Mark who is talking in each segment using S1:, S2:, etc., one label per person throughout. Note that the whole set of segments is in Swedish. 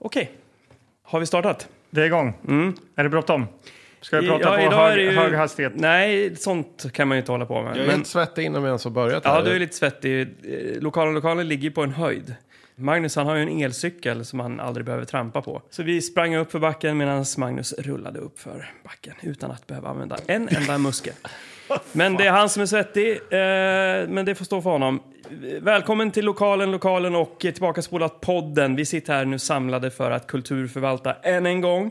S1: Okej. Har vi startat?
S2: Det är igång.
S3: Mm.
S2: Är det bråttom? Ska vi
S1: I-
S2: prata
S1: ja,
S2: på
S1: idag är det
S2: hög,
S1: ju-
S2: hög hastighet?
S1: Nej, sånt kan man ju inte hålla på med.
S3: Jag är
S1: Men,
S3: helt svettig innan vi ens har börjat
S1: ja,
S3: här.
S1: du är lite svettig. Eh, Lokalen lokalen ligger på en höjd. Magnus han har ju en elcykel som han aldrig behöver trampa på. Så vi sprang upp för backen medan Magnus rullade upp för backen utan att behöva använda en enda muskel. Men det är han som är svettig, eh, men det får stå för honom. Välkommen till lokalen, lokalen och eh, tillbaka spolat podden. Vi sitter här nu samlade för att kulturförvalta än en gång.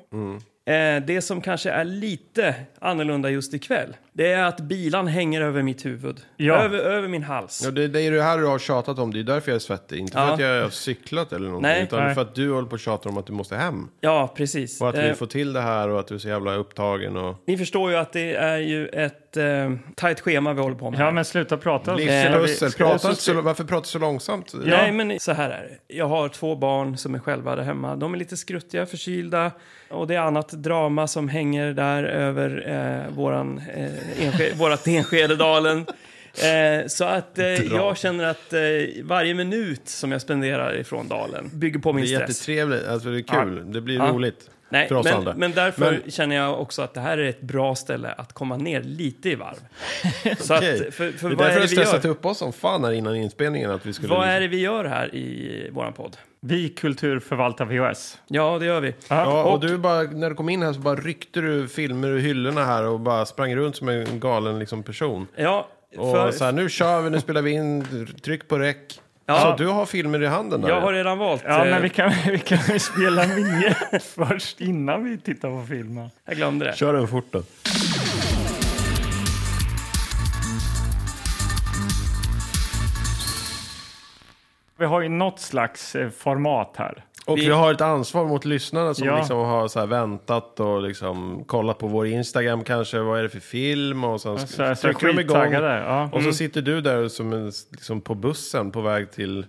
S1: Eh, Det som kanske är lite annorlunda just ikväll, det är att bilan hänger över mitt huvud.
S2: Ja.
S1: Över, över min hals.
S3: Ja, det är det du här har tjatat om, det är därför jag är svettig. Inte
S1: Ja.
S3: för att jag har cyklat eller någonting,
S1: Nej.
S3: utan
S2: Nej.
S3: för att du håller på och tjatar om att du måste hem.
S1: Ja, precis.
S3: Och att
S1: Eh,
S3: vi får till det här och att du är så jävla upptagen och...
S1: Ni förstår ju att det är ju ett eh, tajt schema vi håller på med.
S2: Ja,
S1: här.
S2: men sluta prata. så spelar vi-
S1: Eh.
S3: Livspussel,
S2: spelar vi-
S3: prata inte så, varför pratar du så långsamt?
S2: Ja.
S1: Nej, men så här är det. Jag har två barn som är själva där hemma. De är lite skruttiga, förkylda och det är annat drama som hänger där över eh, våran, eh, enske, vårat Enskededalen. Eh, så att eh, jag känner att eh, varje minut som jag spenderar ifrån dalen bygger på
S3: Det är
S1: min stress.
S3: jättetrevligt, alltså det är kul, det blir
S1: Ja.
S3: roligt.
S1: Nej,
S3: för oss andra.
S1: men, men därför
S3: Men-
S1: känner jag också att det här är ett bra ställe att komma ner lite i varv. Så
S3: Okej.
S1: att, för, för
S3: det är
S1: vad, är
S3: därför
S1: det
S3: jag
S1: vi gör?
S3: stressat upp oss som fan här innan inspelningen. Att vi skulle liksom-
S1: vad är det vi gör här i våran podd?
S2: Vi kulturförvaltar VHS.
S1: Ja, det gör vi.
S3: Ja, och,
S1: Och-
S3: du bara, när du kom in här så bara ryckte du filmer ur hyllorna här och bara sprang runt som en galen liksom, person.
S1: Ja,
S3: Och
S1: för,
S3: så här, nu kör vi, nu spelar vi in, tryck på rec.
S1: Ja.
S3: Så du har filmer i handen där?
S1: jag har redan valt.
S2: Ja,
S1: eh,
S2: men vi kan, vi kan väl spela vinjett först innan vi tittar på filmen.
S1: Jag glömde det.
S3: Kör den fort då.
S2: Vi har ju något slags eh, format här.
S3: Och
S1: Vi-
S3: vi... har ett ansvar mot lyssnarna som
S2: Ja.
S3: liksom har så här väntat och liksom kollat på vår Instagram kanske. Vad är det för film? Och sen
S2: Så, så, så
S3: trycker de igång.
S2: skittaggade. Ja.
S3: Och så sitter du där som en, liksom på bussen på väg till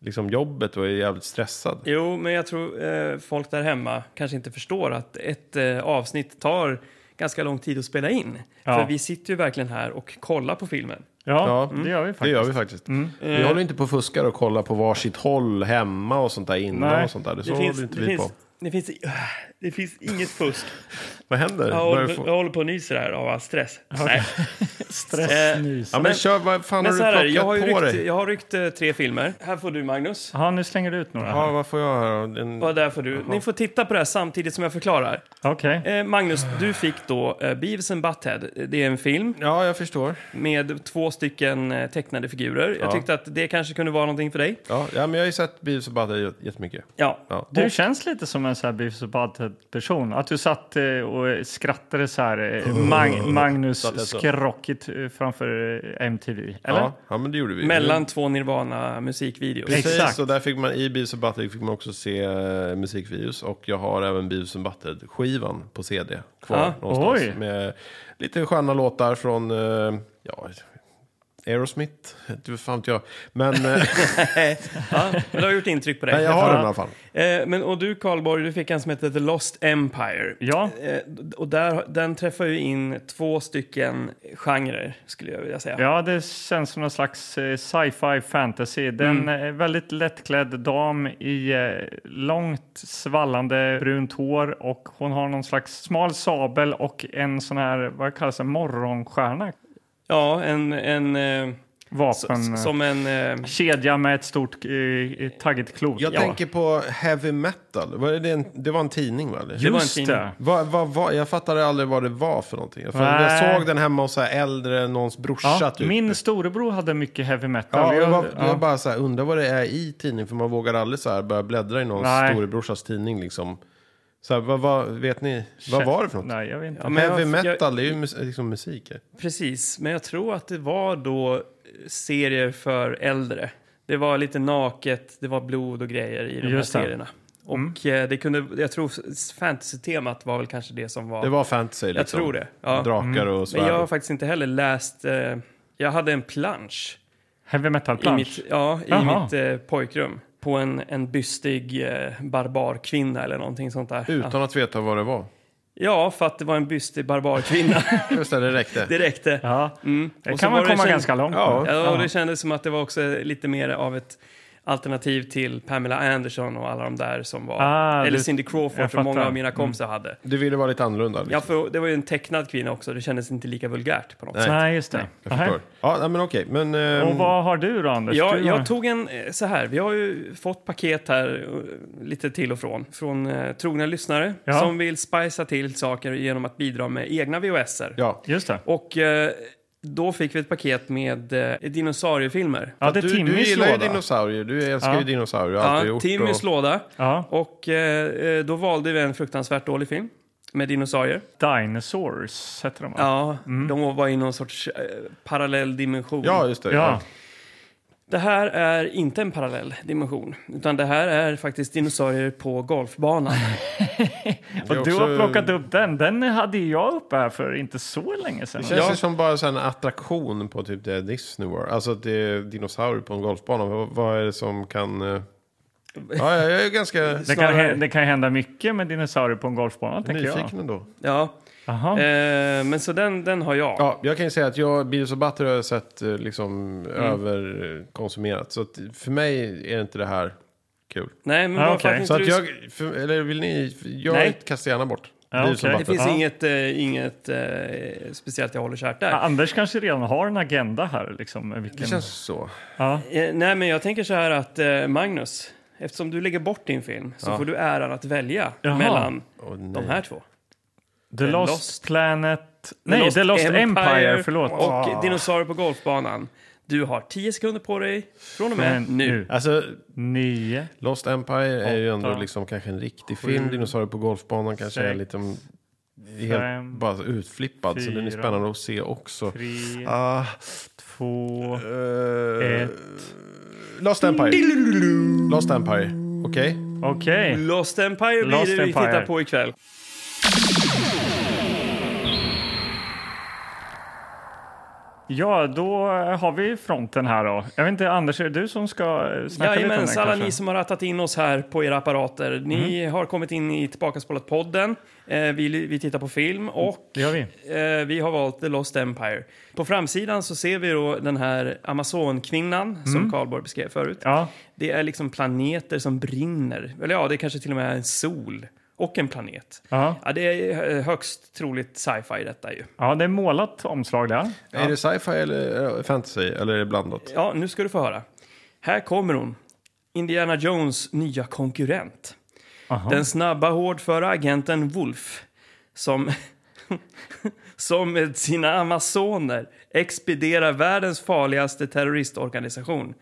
S3: liksom jobbet och är jävligt stressad.
S1: Jo, men jag tror eh, folk där hemma kanske inte förstår att ett eh, avsnitt tar ganska lång tid att spela in.
S2: Ja.
S1: För vi sitter ju verkligen här och kollar på filmen.
S2: Ja,
S3: Ja,
S2: det gör vi
S3: Det
S2: faktiskt.
S3: gör vi faktiskt. Vi håller inte på och fuskar och kollar på varsitt håll hemma och sånt där innan
S2: Nej.
S3: och sånt där. Det, så
S1: Det finns,
S3: håller inte
S1: det,
S3: vi
S1: finns,
S3: på.
S1: det, finns, det finns inget fusk.
S3: Vad händer?
S1: Jag
S3: Börjar
S1: håller,
S3: du
S1: på-
S3: få-
S1: jag håller på och nyser här av all stress. Nej. Eh,
S2: Stressnys.
S3: Ja men kör, vad fan
S1: Men så här
S3: har
S1: är
S3: du
S1: det, jag har ju
S3: plockat på
S1: ryckt,
S3: dig?
S1: jag har ryckt eh, tre filmer. Här får du Magnus.
S2: Ja, nu slänger du ut några.
S3: Ja,
S2: här.
S3: vad får jag här? En...
S1: Och där får du. Ni får titta på det här samtidigt som jag förklarar.
S2: Okej.
S1: Eh, Magnus, du fick då eh, Beavis and Butthead. Det är en film
S3: Ja, jag förstår.
S1: med två stycken eh, tecknade figurer. Jag
S3: Ja.
S1: tyckte att det kanske kunde vara någonting för dig.
S3: Ja, ja men jag har ju sett Beavis och Butthead jätt- jättemycket.
S1: Ja.
S3: Ja.
S2: Du känns lite som en så här Beavis och Butthead-person. Att du satt eh, och skrattade så här eh, Mag
S3: Satt jag
S2: Magnus
S3: så?
S2: skrockigt eh, framför eh, MTV. Eller?
S3: Ja, ja, men det gjorde vi.
S1: Mellan två Nirvana-musikvideos.
S3: Precis,
S2: Exakt.
S3: och där fick man i Beavis och Butthead fick man också se eh, musikvideos. Och jag har även Beavis och Butthead-skivan på CD kvar
S1: Ja.
S3: någonstans.
S2: Oj.
S3: Med lite sköna låtar från, eh, ja, Aerosmith? Du fan vet jag. Men eh,
S1: Ja, men det har gjort intryck på dig.
S3: nej, jag har
S2: Ja.
S3: den i alla fall.
S1: Eh, men, och du, Karlborg, du fick en som heter The Lost Empire.
S2: Ja,
S1: Eh, och där, den träffar ju in två stycken genrer, skulle jag vilja säga.
S2: ja, det känns som någon slags eh, sci-fi fantasy. Den är väldigt lättklädd dam i eh, långt svallande brunt hår och hon har någon slags smal sabel och en sån här, vad kallas det, morgonstjärna?
S1: Ja, en... en eh, s-
S2: Vapen.
S1: s- som en... Eh,
S2: Kedja med ett stort eh, taggigt klot.
S3: Jag tänker på heavy metal. Var det, en, det var en tidning va? Eller?
S1: det var en
S2: Just
S1: fin-
S2: det.
S3: Va, va, va, jag fattade aldrig vad det var för någonting. Jag, fattade-
S2: Nej.
S3: jag såg den hemma hos så här äldre, någons brorsa
S2: Ja,
S3: typ.
S2: min storebror hade mycket heavy metal.
S3: Ja, jag,
S2: Jag-
S3: var,
S2: ja.
S3: jag bara så här, undrar vad det är i tidningen, för man vågar aldrig så här börja bläddra i någon
S2: Nej.
S3: storebrorsas tidning liksom. Så här, vad, vad, vet ni, vad var det för något?
S2: Nej, jag vet inte.
S1: Ja, men
S3: Heavy
S1: jag- jag-
S3: metal, det är ju mus liksom musik. ja.
S1: Precis, men jag tror att det var då eh, serier för äldre. Det var lite naket, det var blod och grejer i de
S2: Just
S1: här
S2: det.
S1: serierna.
S2: Mm.
S1: Och eh, det kunde, jag tror fantasy-temat var väl kanske det som var...
S3: Det var fantasy liksom.
S1: jag tror det. Ja.
S3: Drakar och svärd.
S1: Men jag har faktiskt inte heller läst... Eh, jag hade en plansch
S2: Heavy metal
S1: i
S2: punch.
S1: mitt, ja, i
S2: Jaha.
S1: mitt eh, pojkrum. På en, en bystig eh, barbarkvinna eller någonting sånt där.
S3: Utan att veta vad det var.
S1: Ja, för att det var en bystig barbarkvinna.
S3: Just det, det räckte.
S1: det räckte.
S2: Ja. Det
S1: Och så
S2: kan man
S1: var det
S2: komma
S1: känd-
S2: ganska långt
S3: Ja.
S2: med.
S1: Ja, och det kändes som att det var också lite mer av ett alternativ till Pamela Anderson och alla de där som var,
S2: Ah,
S1: eller
S2: du-
S1: Cindy Crawford
S2: jag
S1: som många
S2: fattar. Mm.
S1: av mina kompisar hade.
S3: Du ville vara lite annorlunda. Liksom.
S1: Ja, för det var ju en tecknad kvinna också, det kändes inte lika vulgärt på något sätt.
S2: Nej, just det.
S3: Jag förstår. Ja, nej, men okej. Men,
S2: Nej.
S3: ehm,
S2: Och vad har du då, Anders?
S1: Jag,
S2: du har-
S1: jag tog en, eh, så här, vi har ju fått paket här eh, lite till och från, från eh, trogna lyssnare
S2: Ja.
S1: som vill spicea till saker genom att bidra med egna VHSer.
S3: Ja.
S2: Just det.
S1: Och eh, då fick vi ett paket med eh, dinosauriefilmer.
S2: Ja, det är
S3: Du, du
S2: Timmys
S3: gillar ju
S2: låda.
S3: dinosaurier. Du älskar
S2: Ja.
S3: ju dinosaurier. och har alltid
S1: Ja,
S3: gjort
S1: Timmys
S3: och...
S1: låda.
S2: Ja,
S1: Och eh, eh, då valde vi en fruktansvärt dålig film med dinosaurier.
S2: Dinosaurs heter de, va?
S1: Ja, de var i någon sorts eh, parallell dimension.
S3: Mm. Ja, just det.
S2: Ja.
S3: Ja.
S1: Det här är inte en parallell dimension, utan det här är faktiskt dinosaurier på golfbanan.
S3: Det är
S2: Och du
S3: också-
S2: har plockat upp den. Den hade ju jag uppe här för inte så länge sedan.
S3: Det känns
S1: Ja.
S3: ju som bara så här en attraktion på typ det Disney World. Alltså att det är dinosaurier på en golfbana. Vad, vad är det som kan... eh, Ja, jag är ganska
S2: Det kan,
S1: snarare-
S2: hä- det kan hända mycket med dinosaurier på en golfbana, tänker jag.
S3: nyfiken ändå.
S1: Ja,
S2: Aha.
S1: eh, men så den, den har jag.
S3: Ja, jag kan ju säga att jag, Beavis och Butter har jag sett eh, liksom överkonsumerat. Så att för mig är inte det här kul.
S1: Nej, men
S2: Ja,
S1: varför
S2: okej.
S1: att inte
S3: Så att
S1: du-
S3: jag, för, eller vill ni, jag
S1: Nej.
S3: kastar gärna bort
S2: Ja,
S3: Beavis
S2: okej.
S3: och
S1: Det
S3: Butter.
S1: finns
S2: Ja.
S1: inget, eh, inget eh, speciellt jag håller kärt där.
S2: Ja, Anders kanske redan har en agenda här. Liksom, med vilken...
S3: Det känns så.
S2: ja.
S1: Eh, nej, men jag tänker så här att eh, Magnus, eftersom du lägger bort din film så får du äran att välja
S2: Jaha.
S1: mellan
S3: Åh, nej.
S1: de här två.
S2: The Lost,
S1: Lost-
S2: Planet... Nej, The Lost, Empire, förlåt.
S1: Och dinosaurier på golfbanan. Du har 10 sekunder på dig från och med
S2: Men
S1: nu.
S3: Alltså,
S2: Nio.
S3: Lost Empire är ju ändå
S2: Åtta,
S3: liksom kanske en riktig film. Dinosaurier på golfbanan kanske är
S2: sex,
S3: lite helt
S2: fem,
S3: bara utflippad. så den är
S2: fyra,
S3: spännande att se också.
S2: Tre,
S3: Ah,
S2: två,
S3: eh,
S2: ett.
S3: Lost Empire. Lost Empire. Okej.
S2: Okej.
S1: Lost Empire blir
S2: Lost
S1: det vi
S2: Empire.
S1: tittar på ikväll.
S2: Ja, då har vi fronten här då. Jag vet inte, Anders, är det du som ska eh, snacka lite om den
S1: Jajamensan, alla
S2: kanske? Mm.
S1: ni som har rattat in oss här på era apparater. Ni har kommit in i Tillbakaspålat-podden. Eh, vi, vi tittar på film och
S2: Det gör vi.
S1: Eh, vi har valt The Lost Empire. På framsidan så ser vi då den här Amazonkvinnan som Karlborg beskrev förut.
S2: Mm. Ja,
S1: Det är liksom planeter som brinner. Eller ja, det kanske till och med är en sol och en planet.
S2: ja.
S1: Ja, det är eh, högst troligt sci-fi detta ju.
S2: ja, det är målat omslag där.
S3: Är det sci-fi eller eh, fantasy? Eller är det blandat?
S1: Ja, nu ska du få höra. Här kommer hon. Indiana Jones nya konkurrent.
S2: Aha.
S1: Den snabba hårdföra agenten Wolf som, som med sina amazoner expederar världens farligaste terroristorganisation.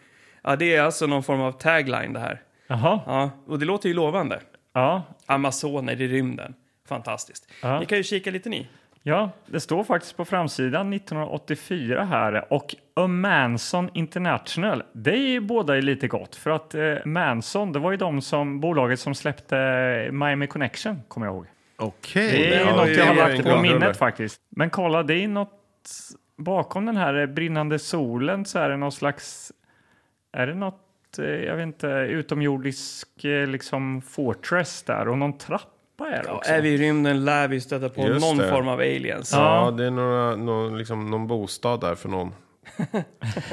S1: Ja, det är alltså någon form av tagline det här.
S2: Jaha,
S1: Ja, och det låter ju lovande.
S2: ja.
S1: Amazoner i rymden. Fantastiskt.
S2: Ja.
S1: Ni kan ju kika lite ni.
S2: Ja, det står faktiskt på framsidan 1984 här och A Manson International. Det är ju båda ju lite gott för att eh, Manson, det var ju de som bolaget som släppte eh, Miami Connection, kommer jag ihåg.
S3: Okej.
S2: Det är
S1: Ja,
S2: något
S1: det
S2: jag har
S1: är
S2: lagt
S1: inte
S2: på
S1: bra.
S2: minnet faktiskt. Men kolla, det är något bakom den här eh, brinnande solen så är det någon slags, är det något, eh, jag vet inte, utomjordisk eh, liksom fortress där och någon trappa är det
S1: Ja,
S2: också.
S1: är vi i rymden lär vi stöta på
S3: Just
S1: någon
S3: det.
S1: form av aliens.
S3: Ja, det är några, någon, liksom, någon bostad där för någon.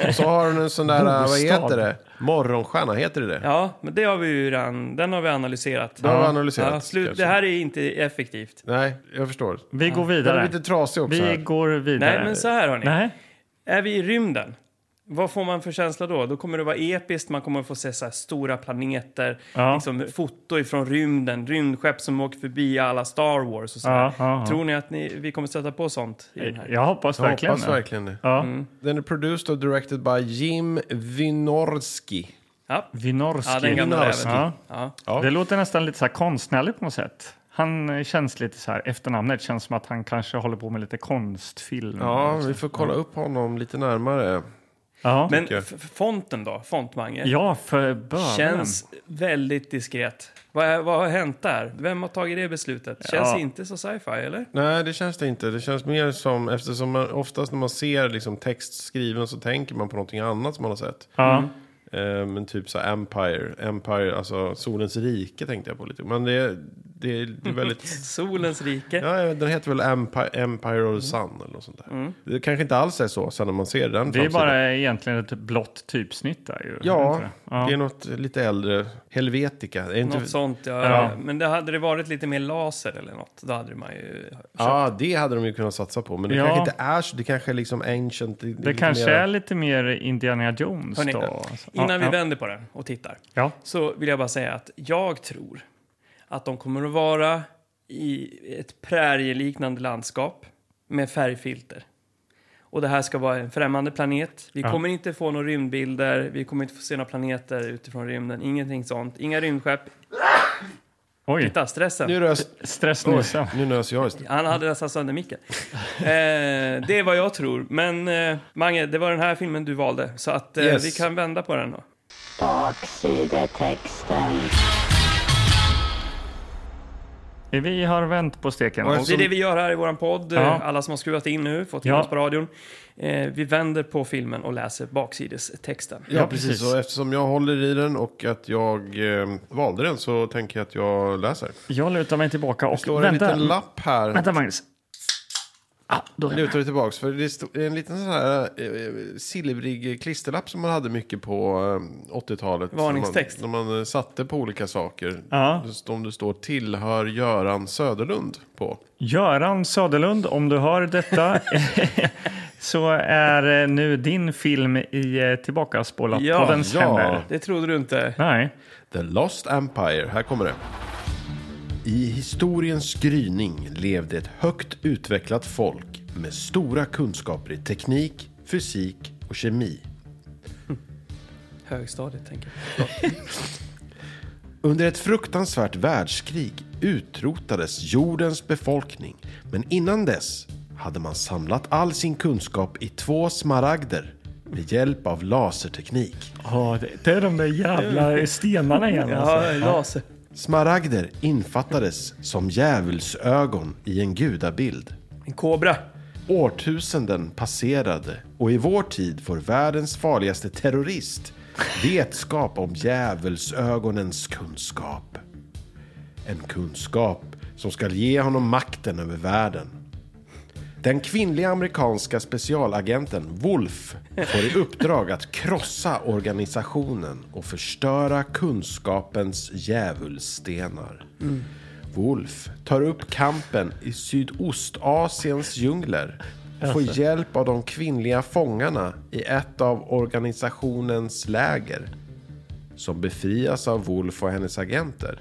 S3: Och så har den en sån där, eh, vad
S2: Bostad.
S3: heter det? Morgonstjärna, heter det det?
S1: Ja, men det har vi ju redan, den har vi analyserat.
S3: Det har vi
S1: Ja,
S3: analyserat.
S1: slut,
S3: kanske.
S1: det här är inte effektivt.
S3: Nej, jag förstår.
S2: Vi går
S3: Den är
S2: vidare.
S3: lite trasig också.
S2: Vi
S3: här.
S2: går vidare.
S1: Nej, men så här hörni.
S2: Nej.
S1: Är vi i rymden? Vad får man för känsla då? Då kommer det vara episkt, man kommer få se så här stora planeter,
S2: Ja.
S1: liksom foto ifrån rymden, rymdskepp som åker förbi alla Star Wars och så här.
S2: Ja, ja, ja.
S1: Tror ni att ni, vi kommer stöta på sånt i den här? Mm.
S2: Jag hoppas
S3: Jag
S2: verkligen
S3: hoppas
S2: det.
S3: verkligen det.
S2: Ja.
S3: Den är produced och directed by Jim Wynorski.
S1: Ja.
S2: Winorski.
S1: Ja, den gamla
S3: Winorski.
S1: räven.
S2: Ja.
S1: Ja.
S3: Ja.
S2: Det låter nästan lite så här konstnärligt på något sätt. Han eh, känns lite så här, efternamnet känns som att han kanske håller på med lite konstfilm.
S3: Ja, vi får kolla upp honom lite närmare.
S2: ja.
S1: Men
S3: Tycker jag.
S1: f- f- fonten då? Fontmange?
S2: ja för bönen.
S1: Känns väldigt diskret. Vad, är- vad har hänt där? Vem har tagit det beslutet? Känns
S2: Ja.
S1: inte så sci-fi, eller?
S3: Nej, det känns det inte. Det känns mer som, eftersom man oftast när man ser liksom text skriven så tänker man på någonting annat som man har sett.
S2: Ja.
S1: Mm.
S3: Eh, Men typ så här Empire, Empire, alltså solens rike tänkte jag på lite. Men det, Det är, det är väldigt...
S1: Solens rike.
S3: Ja, den heter väl Empire, Empire of the Sun eller något sånt där. Det kanske inte alls är så sen när man ser den
S2: Det är
S3: framsidan.
S2: bara egentligen ett blått typsnitt där ju.
S3: Ja,
S2: Är det inte det?
S3: det är något lite äldre. Helvetica. Det är inte...
S1: Något sånt, ja.
S2: Ja.
S1: Men det hade det varit lite mer laser eller något, då hade man ju...
S3: Ja, det hade de ju kunnat satsa på. Men det
S2: Ja.
S3: kanske inte är så. Det kanske är liksom ancient. Det,
S2: Det kanske är lite mer Indiana Jones
S1: Hörrni,
S2: då. Alltså.
S1: Innan
S2: ja,
S1: vi
S2: ja.
S1: vänder på det och tittar
S2: Ja.
S1: så vill jag bara säga att jag tror att de kommer att vara i ett prärieliknande landskap med färgfilter. Och det här ska vara en främmande planet. Vi
S2: Ja.
S1: kommer inte få några rymdbilder, vi kommer inte få se några planeter utifrån rymden, ingenting sånt. Inga rymdskepp.
S2: Oj,
S1: Titta, stressen.
S3: Nu rös...
S2: stressnysen.
S3: Nu nös jag istället.
S1: Han hade nästan sönder micken. Eh, det är vad jag tror. Men eh, Mange, det var den här filmen du valde. Så att eh,
S3: Yes.
S1: vi kan vända på den då.
S4: Baksidetexten.
S2: Vi har vänt på steken.
S3: Och-
S1: Det är det vi gör här i våran podd. eh,
S2: Ja.
S1: Alla som har skruvat in nu, fått in
S2: Ja.
S1: oss på radion. Eh, vi vänder på filmen och läser baksidestexten.
S3: Ja,
S2: Ja,
S3: precis.
S2: precis.
S3: Och eftersom jag håller i den och att jag eh, valde den så tänker jag att jag läser.
S2: Jag lutar mig tillbaka
S3: Det står
S2: och
S3: en
S2: vänta.
S3: liten lapp här.
S2: Vänta Magnus. Ah, då är jag
S3: Lutar det tillbaks. För det stod- det är en liten sån här eh, eh, silvrig klisterlapp som man hade mycket på eh, 80-talet.
S1: Varningstext.
S3: Som man, som man eh, satte på olika saker.
S2: Ja.
S3: Just Om det står tillhör Göran Söderlund på.
S2: Göran Söderlund, om du hör detta så är eh, nu din film i eh, Tillbaka spolat
S1: Ja,
S2: poddens
S3: ja.
S2: händer.
S1: Det trodde du inte.
S2: Nej.
S3: The Lost Empire. Här kommer det. I historiens gryning levde ett högt utvecklat folk med stora kunskaper i teknik, fysik och kemi.
S1: Högstadiet, tänker jag.
S3: Under ett fruktansvärt världskrig utrotades jordens befolkning. Men innan dess hade man samlat all sin kunskap i två smaragder med hjälp av laserteknik.
S2: Ja, det, det är de där jävla stenarna igen.
S1: Ja,
S2: Alltså.
S1: laser.
S3: Smaragder infattades som djävulsögon i en gudabild.
S1: En kobra.
S3: Årtusenden passerade och i vår tid får världens farligaste terrorist vetskap om djävulsögonens kunskap. En kunskap som ska ge honom makten över världen. Den kvinnliga amerikanska specialagenten Wolf får i uppdrag att krossa organisationen och förstöra kunskapens djävulstenar. Wolf tar upp kampen i Sydostasiens djungler och får hjälp av de kvinnliga fångarna i ett av organisationens läger som befrias av Wolf och hennes agenter.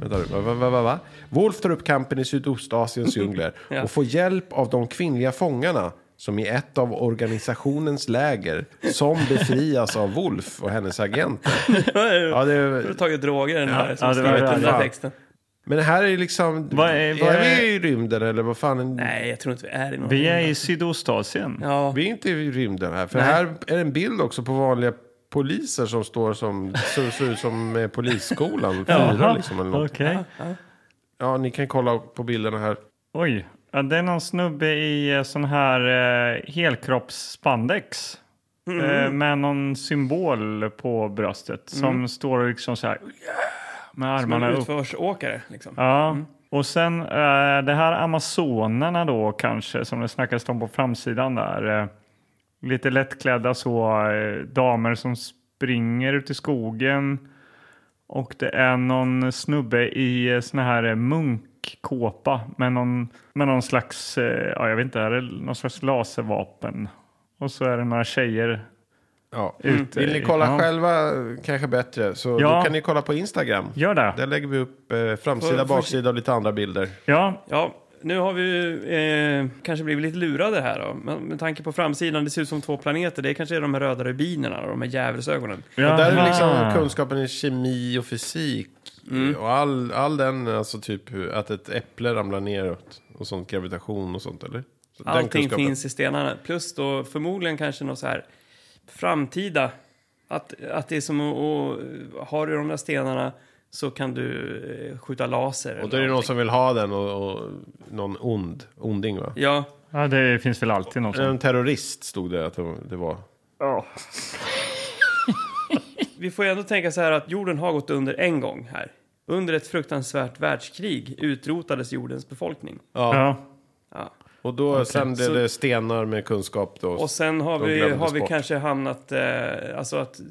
S3: Vänta nu, va, va, va, va, va? Wolf tar upp kampen i Sydostasiens djungler och får hjälp av de kvinnliga fångarna som i ett av organisationens läger som befrias av Wolf och hennes agenter. Ja, det
S1: Du har
S3: är,
S1: tagit droger den här som
S2: ja, det var
S1: skrivit
S2: det.
S1: den där
S3: Ja.
S1: texten.
S3: men det här är liksom...
S2: Vad är- vad
S3: är
S2: är-
S3: vi i rymden eller vad fan?
S1: Nej, jag tror inte vi är i någon.
S2: Vi är i Sydostasien.
S1: Ja.
S3: Vi är inte i rymden här. För här är en bild också på vanliga poliser som står som... Ser ser ut som eh, polisskolan. Fyra
S2: Jaha,
S3: liksom eller något.
S2: Okej.
S3: Ja, ni kan kolla på bilderna här.
S2: Oj, ja, det är någon snubbe i eh, sån här eh, helkroppsspandex. Eh, med någon symbol på bröstet som står liksom så här med
S1: Man
S2: armarna
S1: är
S2: upp.
S1: utförsåkare, liksom.
S2: Ja. Och sen eh, det här Amazonerna då kanske som det snackades om på framsidan där. Eh, lite lättklädda så eh, damer som springer ut i skogen. Och det är någon snubbe i eh, sån här eh, munkkåpa med någon, med någon slags, eh, ja jag vet inte, är det någon slags laservapen? Och så är det några tjejer.
S3: Ja.
S2: Ute
S3: Mm. Vill ni
S2: i-
S3: kolla
S2: ja.
S3: själva eh, kanske bättre så
S2: Ja.
S3: då kan ni kolla på Instagram.
S2: Gör det.
S3: Där lägger vi upp eh, framsida,
S1: Får- får-
S3: baksida och lite andra bilder.
S2: Ja,
S1: Ja, nu har vi ju, eh, kanske blivit lite lurade här då. Men med tanke på framsidan, det ser ut som två planeter. Det kanske är de här röda rubinerna och de här djävulsögonen.
S2: ja.
S3: Och där är liksom kunskapen i kemi och fysik.
S1: Mm.
S3: Och all, all den, alltså typ hur- att ett äpple ramlar neråt och sånt, gravitation och sånt eller? Så den
S1: Allting
S3: kunskapen.
S1: finns i stenarna. Plus då förmodligen kanske något så här framtida. Att, att det är som att, att har du de där stenarna så kan du eh, skjuta laser.
S3: Och
S1: eller
S3: då är det någon
S1: någonting.
S3: som vill ha den och, och någon ond, onding va?
S1: Ja,
S2: ja, det finns väl alltid någon som
S3: En terrorist stod det att det det var.
S1: vi får ju ändå tänka så här att jorden har gått under en gång här. Under ett fruktansvärt världskrig utrotades jordens befolkning.
S2: Ja.
S3: Ja.
S1: Ja.
S3: Och då sen blev
S1: så-
S3: det stenar med kunskap då.
S1: Och sen har
S3: De
S1: vi,
S3: glömdes
S1: har vi
S3: bort.
S1: kanske hamnat, eh, alltså att eh,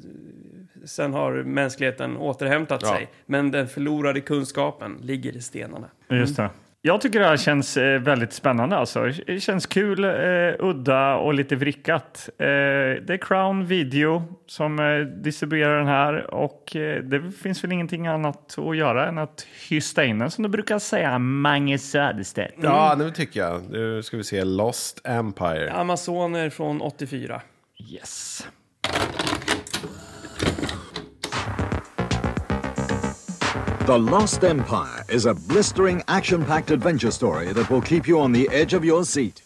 S1: sen har mänskligheten återhämtat
S3: Ja.
S1: sig. Men den förlorade kunskapen ligger i stenarna.
S2: Just det. Jag tycker det här känns eh, väldigt spännande. Alltså. Det känns kul, eh, udda och lite vrickat. Eh, det är Crown Video som eh, distribuerar den här och eh, det finns väl ingenting annat att göra än att hysta in den som du brukar säga, Mange Söderstedt.
S3: Ja, nu tycker jag. Nu ska vi se Lost Empire.
S1: Amazoner från 84.
S2: Yes.
S5: The Lost Empire is a blistering, action packed adventure story that will keep you on the edge of your seat.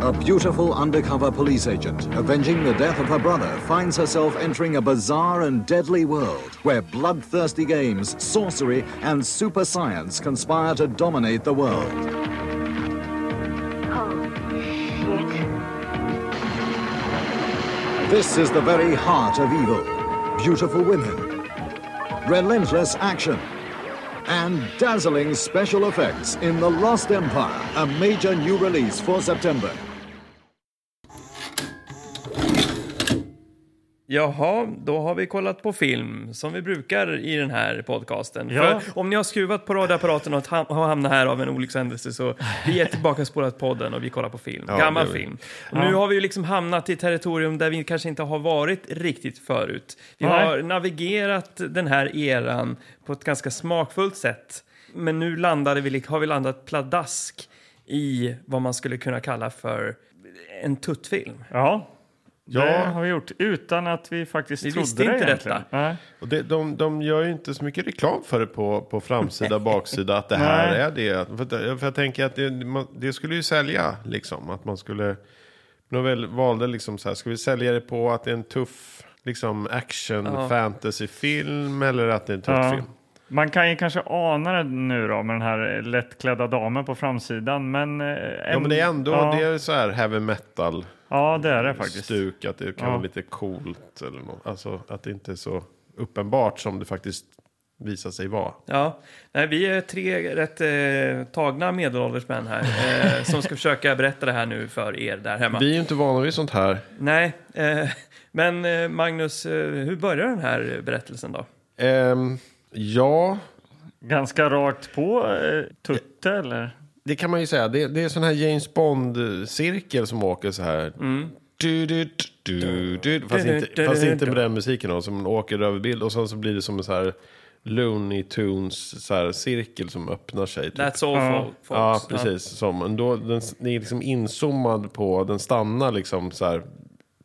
S5: A beautiful undercover police agent, avenging the death of her brother, finds herself entering a bizarre and deadly world where bloodthirsty games, sorcery, and super science conspire to dominate the world. This is the very heart of evil. Beautiful women, relentless action, and dazzling special effects in The Lost Empire, a major new release for September.
S1: Jaha, då har vi kollat på film som vi brukar i den här podcasten.
S2: Ja.
S1: För om ni har skruvat på radioapparaten och ham- har hamnat här av en olyckshändelse så vi är tillbaka och spolat podden och vi kollar på film. Gammal
S3: det gör vi.
S1: film. Och Nu har vi ju liksom hamnat i territorium där vi kanske inte har varit riktigt förut. Vi
S2: Nej.
S1: har navigerat den här eran på ett ganska smakfullt sätt. Men nu landade vi, har vi landat pladask i vad man skulle kunna kalla för en tuttfilm.
S2: Ja.
S3: Ja.
S2: det har vi gjort utan att vi faktiskt
S1: Vi
S2: trodde
S1: visste
S2: det
S1: inte
S2: egentligen.
S1: detta.
S2: Nej.
S3: Och det, de, de gör ju inte så mycket reklam för det på, på framsida baksida att det här
S2: Nej.
S3: är det. För, att- för jag tänker att det, man, det skulle ju sälja liksom. Att man skulle... Nåväl, valde liksom så här, ska vi sälja det på att det är en tuff liksom action fantasyfilm eller att det är en tuff
S2: Ja.
S3: film?
S2: Man kan ju kanske ana det nu då med den här eh, lättklädda damen på framsidan. Men, eh,
S3: Ja men det är ändå,
S2: ja,
S3: det är så här heavy metal
S2: ja, det är det faktiskt.
S3: stuk att det kan
S2: Ja.
S3: vara lite coolt eller något. Alltså att det inte är så uppenbart som det faktiskt visar sig vara.
S1: Ja, nej, vi är tre rätt eh, tagna medelålders män här eh, som ska försöka berätta det här nu för er där hemma.
S3: Vi är ju inte vana vid sånt här.
S1: Nej, eh, men eh, Magnus, eh, hur börjar den här berättelsen då?
S3: Ehm, ja,
S2: Ganska rakt på eh, tutte eller?
S3: det kan man ju säga. Det, det är sån här James Bond-cirkel som åker så här. Du, du, du, du, du. Fast, inte, fast inte med den musiken då, som åker över bild. Och sen så blir det som en så här Looney Tunes så här cirkel som öppnar sig. Typ.
S1: That's all
S2: Ja.
S1: fo- folks.
S3: Ja, precis. Som, då, den, den är liksom inzoomad på, den stannar liksom så här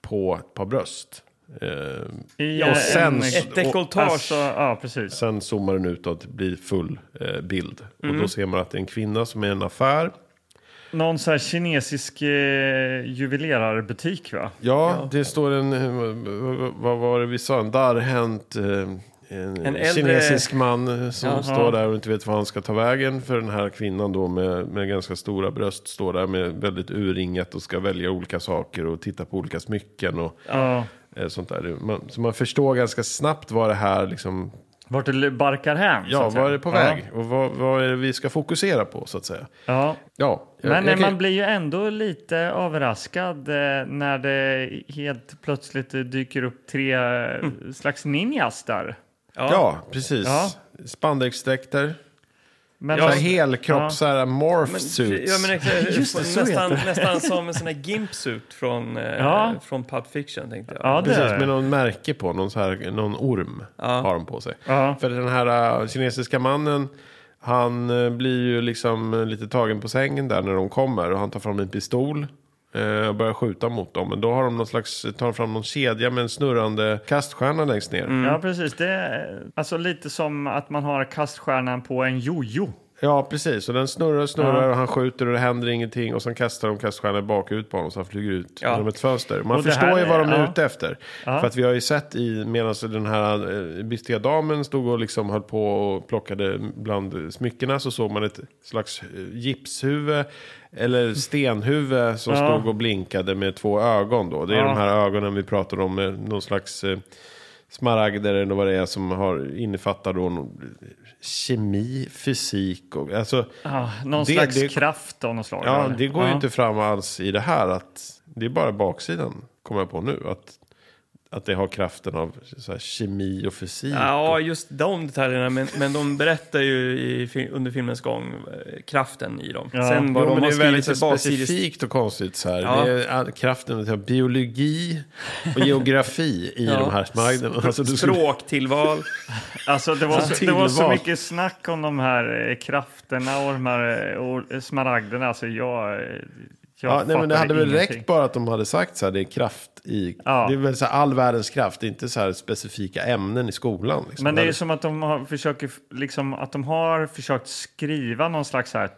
S3: på ett par bröst. Ehm,
S2: I,
S3: och
S2: eh,
S3: sen
S2: en-
S3: så-
S1: Ett dekoltage.
S2: Alltså, ja, precis.
S3: Sen zoomar den ut och det blir full eh, bild. Och då ser man att det är en kvinna som är i en affär.
S2: Någon så här kinesisk eh, juvelerarbutik va?
S3: Ja, det står en, eh, vad var det vi sa, en darrhänt eh, en
S1: En äldre-
S3: kinesisk man eh, som
S1: Jaha.
S3: står där och inte vet var han ska ta vägen. För den här kvinnan då med, med ganska stora bröst står där med väldigt urringat och ska välja olika saker och titta på olika smycken och
S2: Ja.
S3: eh, sånt där. Det- Man, så man förstår ganska snabbt vad det här liksom,
S2: Vart det barkar hem. så
S3: ja,
S2: att säga.
S3: vad är det på väg? Och vad, vad är det vi ska fokusera på så att säga.
S2: Ja.
S3: Ja, jag-
S2: Men
S3: jag
S2: eh,
S3: kan-
S2: man blir ju ändå lite överraskad eh, när det helt plötsligt eh, dyker upp tre eh,
S3: Mm.
S2: slags ninjas där.
S3: Ja, precis.
S2: Ja.
S3: Spandexdräkter.
S2: Men
S3: Ja,
S2: de-
S3: helkropp,
S2: ja.
S3: så här morph
S1: Men,
S3: suits.
S1: ja, men, exakt,
S2: Just det, så
S1: nästan,
S2: heter
S1: nästan som en sån här gimpsuit från, eh,
S2: Ja.
S1: från Pulp Fiction tänkte jag.
S2: Ja, det
S3: Precis,
S2: är
S3: med
S2: det.
S3: någon märke på, någon, så här, någon orm har de på sig.
S2: Ja.
S3: För den här äh, kinesiska mannen, han eh, blir ju liksom eh, lite tagen på sängen där när de kommer. Och han tar fram en pistol eh, och börjar skjuta mot dem. Men då har de någon slags, tar de fram någon kedja med en snurrande kaststjärna
S2: Mm.
S3: längst ner.
S2: Ja, precis. Det är eh, alltså lite som att man har kaststjärnan på en jojo.
S3: Ja, precis. Och den snurrar och snurrar och han skjuter och det händer ingenting. Och sen kastar de kaststjärnor bakut på honom så han flyger ut
S1: Ja.
S3: genom ett fönster. Man
S2: Och det
S3: förstår
S2: här
S3: ju vad de
S2: är-
S3: är
S2: ja.
S3: ute efter. För att vi har ju sett i, medan den här eh, bistiga damen stod och liksom höll på och plockade bland smyckena så såg man ett slags eh, gipshuvud. Eller stenhuvud som
S2: Mm. Ja.
S3: stod och blinkade med två ögon då. Det är
S2: Ja.
S3: de här ögonen vi pratar om, eh, någon slags... Eh, smaragder eller vad det är som har innefattar då någon eh, kemi, fysik och alltså.
S2: Ja, någon
S3: Det-
S2: slags
S3: det-
S2: kraft av något slag.
S3: Ja,
S2: eller?
S3: det går ju
S2: Ja.
S3: inte fram alls i det här att det är bara baksidan kommer jag på nu att att det har kraften av så här, kemi och fysik.
S1: Ja, just de detaljerna, men, men de berättar ju i, fi- under filmens gång eh, kraften i dem.
S2: Ja.
S1: Sen vad
S3: Jo,
S1: de
S3: men det
S1: har
S3: är väldigt
S1: skrivit för baksidis...
S3: specifikt och konstigt så här.
S1: Ja.
S3: Det är all- kraften av biologi och geografi i
S1: Ja.
S3: de här smaragderna. Alltså, du skulle-
S1: Språktillval.
S2: Alltså det, var så, det
S3: Tillval.
S2: var så mycket snack om de här eh, krafterna och de här eh, och smaragderna. Alltså jag, eh, jag
S3: Ja, nej, men det
S2: fattade
S3: hade väl
S2: ingenting.
S3: räckt bara att de hade sagt så här, det är kraft i,
S2: Ja.
S3: det är väl så här, all världens kraft, inte så här specifika ämnen i skolan. Liksom.
S2: Men det är ju som att de har, försöker, f- liksom, att de har försökt skriva någon slags så här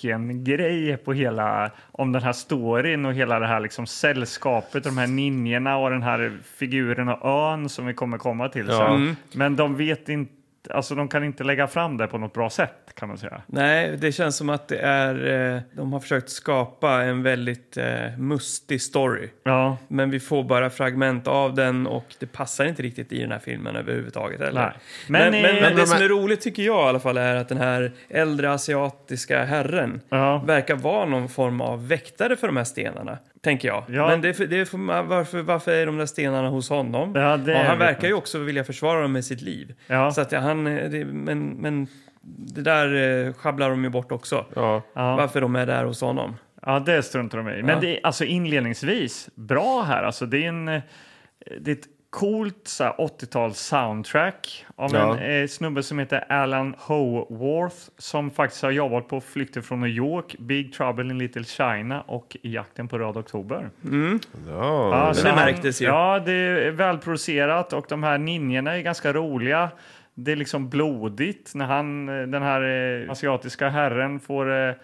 S2: Tolkien-grej på hela, om den här storyn och hela det här liksom sällskapet, de här ninjorna och den här figuren och ön som vi kommer komma till
S3: Ja.
S2: sen. Men de vet inte, alltså de kan inte lägga fram det på något bra sätt kan man säga.
S1: Nej, det känns som att det är... eh, De har försökt skapa en väldigt eh, mustig story.
S2: Ja,
S1: Men vi får bara fragment av den och det passar inte riktigt i den här filmen överhuvudtaget. Eller?
S2: Nej.
S1: Men,
S2: Men
S1: men,
S2: i-
S1: men,
S2: men
S1: det
S2: de
S1: som
S2: här-
S1: är roligt tycker jag i alla fall är att den här äldre asiatiska herren
S2: Ja.
S1: verkar vara någon form av väktare för de här stenarna. Tänker jag.
S2: Ja.
S1: Men det, är för- det är för, varför, varför är de där stenarna hos honom?
S2: Ja, det
S1: och han
S2: vet jag
S1: verkar ju också vilja försvara dem med sitt liv.
S2: Ja.
S1: Så att han, eh, det, men, men det där eh, sjabblar de ju bort också.
S3: Ja.
S1: Varför de är där hos honom.
S2: ja det struntar de i. Men det är, alltså inledningsvis, bra här. Alltså det är en... eh, Det är ett coolt så här 80-tals soundtrack av
S3: Ja.
S2: en eh, snubbe som heter Alan Howarth som faktiskt har jobbat på Flykten från New York, Big Trouble in Little China och Jakten på Röd Oktober.
S3: Ja.
S2: Ja, så
S1: det
S2: han-
S1: märktes ju.
S2: Ja, det är välproducerat och de här ninjorna är ganska roliga. Det är liksom blodigt när han, eh, den här eh, asiatiska herren får eh,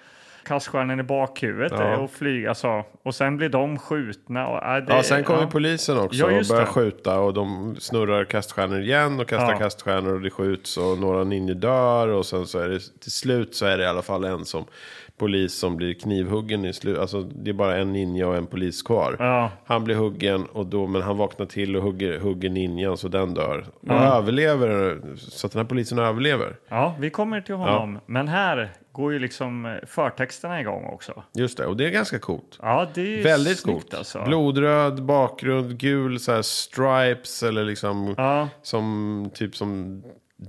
S2: kaststjärnan i bakhuvudet eh, och flyga. Alltså. Och sen blir de skjutna. Och, eh, det,
S3: Ja, sen kommer
S2: ja.
S3: polisen också
S2: Ja,
S3: och
S2: just
S3: börjar
S2: det.
S3: skjuta och de snurrar kaststjärnor igen och kastar
S2: Ja.
S3: kaststjärnor och det skjuts och några ninjor dör och sen så är det till slut så är det i alla fall en som polis som blir knivhuggen i slut. Alltså det är bara en ninja och en polis kvar.
S2: Ja.
S3: Han blir huggen och då, men han vaknar till och hugger, hugger ninjan så den dör. Och överlever, så att den här polisen överlever.
S2: Ja, vi kommer till honom. Men här går ju liksom eh, förtexterna igång också.
S3: Just det, och det är ganska coolt.
S2: Ja, det är ju
S3: Väldigt
S2: snyggt
S3: coolt.
S2: alltså.
S3: Blodröd bakgrund, gul så här stripes eller liksom
S2: Ja.
S3: som typ som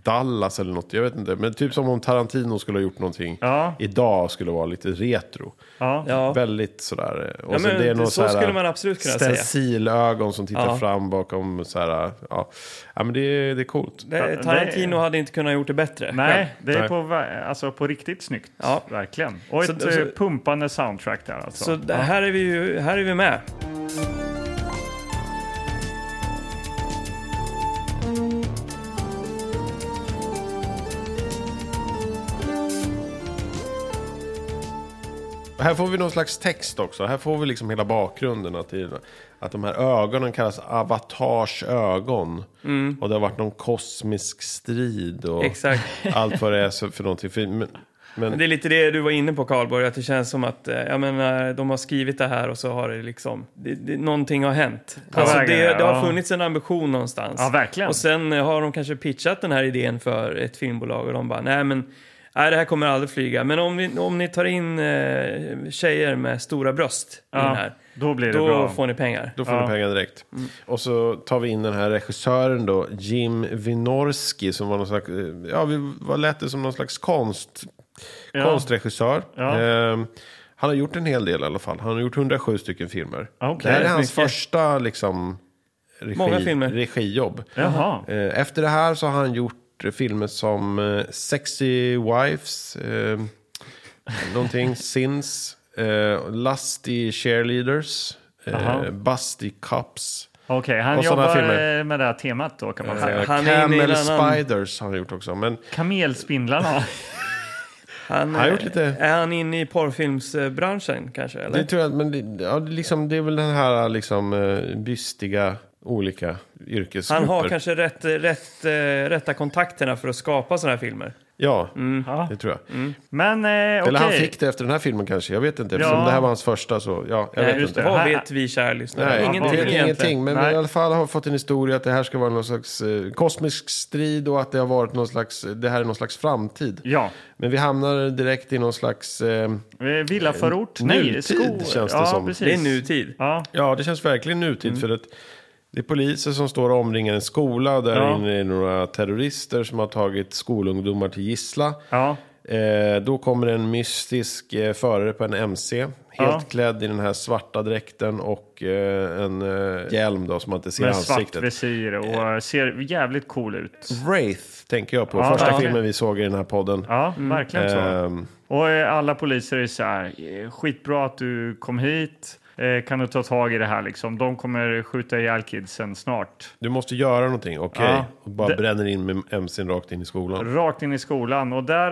S3: Dallas eller något. Jag vet inte. Men typ som om Tarantino skulle ha gjort någonting
S2: Ja.
S3: idag skulle vara lite retro.
S2: Ja.
S1: Ja.
S3: Väldigt sådär. eh, Och
S1: Ja,
S3: sen
S1: men
S3: det är någon
S1: så
S3: här
S1: skulle man absolut kunna säga.
S3: Stencilögon som tittar
S1: Ja.
S3: fram bakom så här. Ja, ja men det, är- det är coolt.
S1: Det,
S2: det-
S1: Tarantino hade inte kunnat gjort det bättre.
S2: Nej, det är
S3: Nej.
S2: på, ver- alltså, på riktigt snyggt.
S1: Ja.
S2: Verkligen. Och
S1: Så-
S2: ett
S1: så-
S2: eh, pumpande soundtrack där alltså.
S1: Så det, här, är vi ju, här är vi med.
S3: Här får vi någon slags text också. Här får vi liksom hela bakgrunden. Att, det, att de här ögonen kallas avatars ögon. Och det har varit någon kosmisk strid. Och
S1: Mm. Exakt.
S3: allt vad det är så- för någonting. För, men, men,
S1: Men det är lite det du var inne på Karlborg, att det känns som att eh, jag menar, de har skrivit det här och så har det liksom, det, det, någonting har hänt. Alltså,
S2: vägen,
S1: det, det
S2: ja.
S1: har funnits en ambition någonstans.
S2: Ja, verkligen.
S1: Och sen eh, har de kanske pitchat den här idén för ett filmbolag och de bara, nej men Nej, det här kommer aldrig flyga. Men om, vi, om ni tar in eh, tjejer med stora bröst i den här,
S2: då blir det
S1: då
S2: bra.
S1: får ni pengar.
S3: Då får ni pengar direkt. Och så tar vi in den här regissören då, Jim Wynorski, som var någon slags, eh, ja, vi var, lät det som någon slags konst, konstregissör.
S2: Ja.
S3: Ehm, han har gjort en hel del i alla fall. Han har gjort 107 stycken filmer.
S2: Okej.
S3: Det här är hans
S1: Mycket.
S3: första liksom, regi,
S1: Många filmer.
S3: regijobb.
S2: Jaha.
S3: Eh, efter det här så har han gjort eh, filmer som eh, Sexy Wives, eh, någonting, Sins, eh, Lusty Cheerleaders, eh,
S2: Jaha.
S3: Busty Cups.
S2: Okej, han
S3: Och såna
S2: jobbar
S3: filmer.
S2: eh, med det här temat då kan man säga.
S3: Eh,
S1: han är inne i
S3: Camel
S1: en annan-
S3: Spiders har han gjort också. Men
S2: Kamelspindlarna.
S1: Han,
S3: Han har
S1: eh,
S3: gjort lite-
S1: Är han inne i porrfilmsbranschen kanske? Eller?
S3: Det typ tror jag, men det, ja, det liksom, det är väl den här liksom eh, bystiga olika yrkesgrupper.
S1: han har kanske rätt, rätt, eh, rätta kontakterna för att skapa sådana här filmer.
S3: Ja,
S1: Mm.
S2: Ja.
S3: det tror jag.
S2: Men eh,
S3: Eller han
S2: okej.
S3: fick det efter den här filmen kanske. Jag vet inte. Eftersom
S2: Ja.
S3: det här var hans första så, ja, jag vet
S1: Eh,
S3: inte.
S2: det.
S1: Vad
S2: Här-
S1: vet vi kära lyssnare?
S3: Nej,
S1: ingenting
S3: det är
S1: egentligen.
S3: ingenting. Men
S2: Nej.
S3: i alla fall har vi fått en historia att det här ska vara någon slags eh, kosmisk strid och att det har varit någon slags, det här är någon slags framtid.
S2: Ja,
S3: Men vi hamnar direkt i någon slags, eh,
S2: eh, villaförort. Nej,
S3: Nutid
S2: skor.
S3: känns det
S2: ja,
S3: som.
S2: Precis.
S1: Det är nutid.
S2: Ja,
S3: ja det känns verkligen nutid
S2: Mm.
S3: för att det är poliser som står och omringar en skola och där
S2: Ja.
S3: inne är några terrorister som har tagit skolungdomar till gissla.
S2: ja.
S3: Eh, då kommer en mystisk eh, förare på en MC. Helt
S2: Ja.
S3: klädd i den här svarta dräkten och eh, en eh, hjälm då som man inte ser
S2: Med svart
S3: ansiktet.
S2: visir och eh, ser jävligt cool ut.
S3: Wraith tänker jag på.
S2: Ja,
S3: Första
S2: verkligen.
S3: filmen vi såg i den här podden.
S2: Ja,
S1: Mm.
S2: verkligen så.
S3: Ehm,
S2: Och eh, alla poliser är så här, eh, skitbra att du kom hit. Eh, Kan du ta tag i det här liksom? De kommer skjuta ihjäl kidsen snart.
S3: du måste göra någonting, okej.
S2: Ja.
S3: Och bara
S2: Det-
S3: bränner in med MCn rakt in i skolan.
S2: Rakt in i skolan och där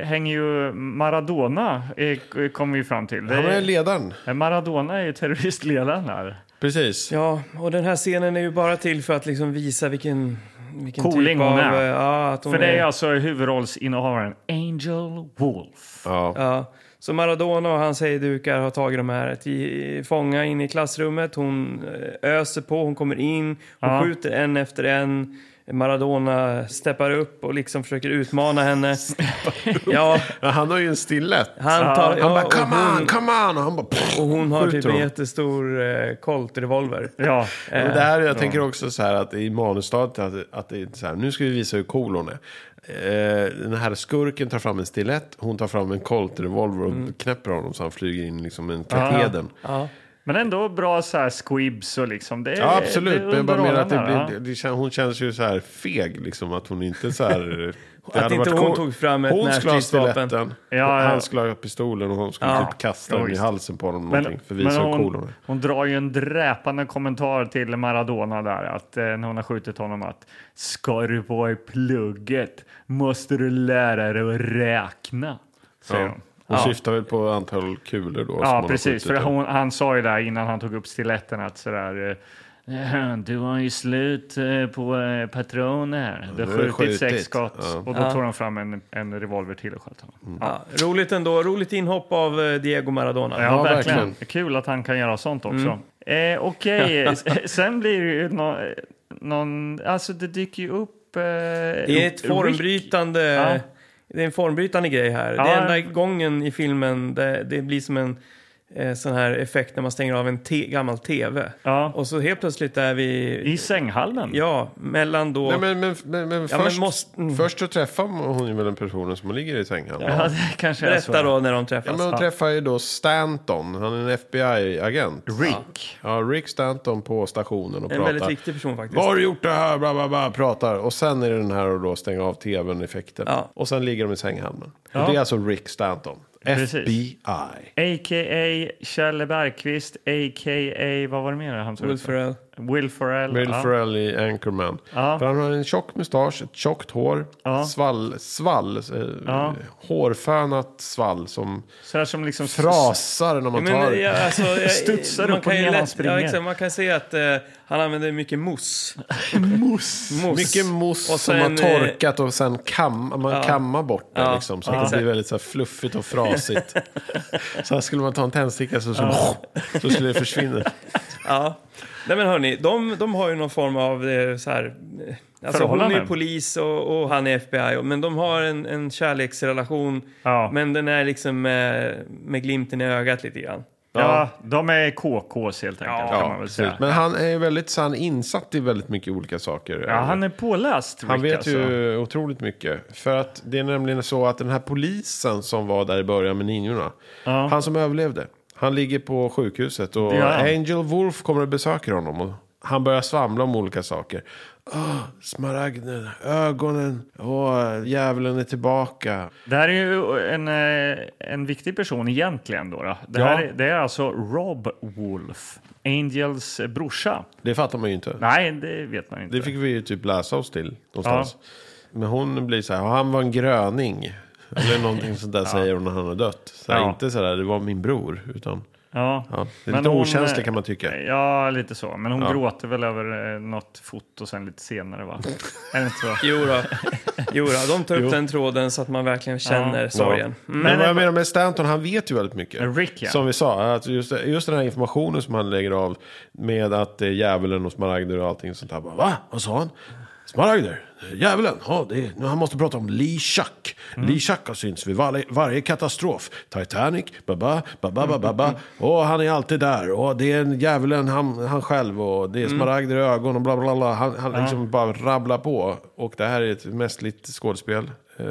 S2: eh, hänger ju Maradona, eh, k- kommer vi fram till. Det
S3: Han är
S2: är,
S3: ledaren,
S2: Eh, Maradona är ju terroristledaren här.
S3: precis.
S1: Ja, och den här scenen är ju bara till för att liksom visa vilken... vilken
S2: Cooling
S1: typ
S2: hon
S1: av,
S2: är.
S1: eh, Ja, att hon
S2: För det är
S1: är
S2: alltså huvudrollsinnehavaren Angel Wolf.
S3: Ja.
S1: ja. Så Maradona och hans hejdukar har tagit de här till fånga in i klassrummet. Hon eh, öser på, hon kommer in, hon
S2: Ja.
S1: skjuter en efter en. Maradona steppar upp och liksom försöker utmana henne. Ja,
S3: Han har ju en stilett.
S1: han tar...
S3: Han
S1: Ja,
S3: bara
S1: och
S3: come
S1: hon,
S3: on, come on! Och han bara... pff,
S1: och hon har
S3: skjuter
S1: typ en
S3: honom.
S1: jättestor eh, Colt-revolver.
S2: Ja,
S3: Och det här, jag tänker också så här att i manusstadiet, att, att det är så här, nu ska vi visa hur cool hon är. Eh, den här skurken tar fram en stilett, hon tar fram en Colt-revolver och knäpper honom så han flyger in liksom en katedern.
S1: Mm. Ja.
S2: men ändå bra så här squibs och liksom. Det är,
S3: Ja, absolut.
S2: det är
S3: men jag bara menar att det
S2: underhållande,
S3: blir, det, kän- hon känns ju så här feg, liksom att hon inte så här... det
S1: Att
S3: hade
S1: inte
S3: varit
S1: hon
S3: cool-
S1: tog fram ett
S3: Hon skulle ha
S1: närstridsvapen.
S3: stiletten,
S2: Ja,
S3: och
S2: ja.
S3: han skulle ha pistolen och hon skulle
S1: Ja,
S3: typ kasta
S2: ja,
S3: den i
S2: visst.
S3: halsen på honom.
S2: Men,
S3: någonting, för att
S2: men
S3: visa hur cool hon
S2: hon,
S3: är.
S2: hon drar ju en dräpande kommentar till Maradona där, att, eh, när hon har skjutit honom att ska du vara i plugget måste du lära dig att räkna. Säger hon.
S3: Hon syftar väl på antal kulor då? som hon
S2: Ja,
S3: har
S2: precis.
S3: skjutit
S2: För
S3: ut.
S2: hon, han sa ju där innan han tog upp stiletten att sådär eh, du har ju slut eh, på eh, patroner. Du
S3: nu har
S2: har
S3: du
S2: skjutit sex
S3: skjutit."
S2: skott.
S3: Ja.
S2: Och då tog de fram en, en revolver till och sköt honom. Ja.
S1: Ja, roligt ändå. Roligt inhopp av eh, Diego Maradona.
S2: Ja,
S3: Ja,
S2: verkligen.
S3: verkligen.
S2: Kul att han kan göra sånt också.
S1: Mm.
S2: Eh, Okej, S- sen blir det ju nå- eh, någon... Alltså, det dyker ju upp... Eh,
S1: Det är ett formbrytande...
S2: Ja.
S1: Det är en formbrytande grej här.
S2: Ja.
S1: Det är enda gången i filmen det, det blir som en eh, sån här effekt när man stänger av en te, gammal tv.
S2: Ja,
S1: Och så helt plötsligt är vi...
S2: I sänghallen.
S1: Ja, mellan då...
S3: Nej, men, men, men, men
S1: Ja, men
S3: först,
S1: måste- mm.
S3: först så träffar hon ju väl den personen som ligger i sängen. Ja.
S2: Ja, det kanske är så.
S1: berätta då när de
S3: men
S1: träffas.
S3: hon träffar ju då Stanton, han är en FBI-agent.
S2: Rick.
S3: Ja, Rick Stanton på stationen och
S1: en
S3: pratar.
S1: väldigt viktig person faktiskt.
S3: Vad har du gjort det här? Bla, bla, bla, pratar. Och sen är det den här och då stänga av tvn-effekten.
S1: Ja.
S3: Och sen ligger de i sänghamnen.
S2: Ja.
S3: Och det är alltså Rick Stanton.
S2: Precis.
S3: FBI.
S2: A.k.a. Kjell Bergqvist, a.k.a. vad var det mer han tog
S1: Will
S2: upp?
S1: Ferrell.
S2: Will Ferrell.
S3: Will
S2: Mm, ja.
S3: Ferrell i Anchorman.
S2: Ja.
S3: För han har en tjock mustasch, ett tjockt hår,
S2: Ja.
S3: svall, svall eh,
S2: Ja.
S3: hårfönat svall som
S2: Så här som liksom...
S3: frasar när man
S1: Men,
S3: tar...
S1: ja, alltså, jag-
S2: Studsar
S1: man
S2: upp och
S1: kan ju
S2: ner när han
S1: lätt-
S2: springer.
S1: Ja, exakt, man kan se att eh, han använder mycket mousse.
S2: Mousse.
S1: mousse.
S3: Mycket mousse
S1: Och
S3: som
S1: sen,
S3: har
S1: eh,
S3: torkat och sen kam, man kammar bort det
S1: Ja.
S3: liksom. Så
S1: Ja.
S3: att det blir väldigt så här fluffigt och frasigt. så här skulle man ta en tändsticka så, så, så skulle det försvinna.
S1: Ja. Nej men hörni, de, de har ju någon form av eh, så här... eh, Alltså hon är ju
S2: Förhållanden.
S1: polis och, och han är FBI, och- men de har en, en kärleksrelation.
S2: Ja.
S1: Men den är liksom eh, med glimten i ögat lite grann.
S2: Ja, de är KKs helt enkelt kan man väl
S3: precis.
S2: säga.
S3: Men han är ju väldigt så han är insatt i väldigt mycket olika saker.
S2: Ja, han är påläst,
S3: Han
S2: Rick,
S3: vet
S2: alltså.
S3: ju otroligt mycket. För att det är nämligen så att den här polisen som var där i början med ninjorna. Han som överlevde. Han ligger på sjukhuset och
S2: Det gör han.
S3: Angel Wolf kommer och besöker honom. Och han börjar svamla om olika saker. Ah, smaragden, ögonen, åh, djävulen är tillbaka.
S2: Det här är ju en, eh, en viktig person egentligen. Då, då. Det, här,
S3: Ja.
S2: är- det är alltså Rob Wolf, Angels eh, brorsa.
S3: Det fattar man ju inte.
S2: Nej, det vet man inte.
S3: Det fick vi ju typ läsa oss till någonstans. Men hon blir så här, "Ja, han var en gröning. Eller någonting sånt där säger hon när han har dött. Så här,
S2: Ja.
S3: Inte så där, det var min bror. Utan,
S2: Ja.
S3: ja. Det är
S2: Men
S3: lite
S2: hon,
S3: okänsligt
S2: eh,
S3: kan man tycka.
S2: Ja, lite så. Men hon gråter väl över eh, något foto sen lite senare, va? Är det inte så?
S1: Jo då. Jo då, de tar upp den tråden så att man verkligen känner sorgen.
S3: Ja. Men vad jag menar med Stanton, han vet ju väldigt mycket.
S2: Rick, ja.
S3: Som vi sa, att just, just den här informationen som han lägger av med att det är djävulen och smaragder och allting sånt där. Bara, Va? Vad sa han? Smaragder? Djävulen? Ja, det är, nu han måste prata om Lee Chuck.
S2: Mm.
S3: Lee Chuck har synts vid varje, varje katastrof. Titanic, baba, baba, baba, baba. Och han är alltid där. Och det är en djävulen, han, han själv. Och det är
S2: Mm.
S3: smaragder i ögon och bla, bla, bla. Han, han liksom bara rabblar på. Och det här är ett mästerligt skådespel. eh,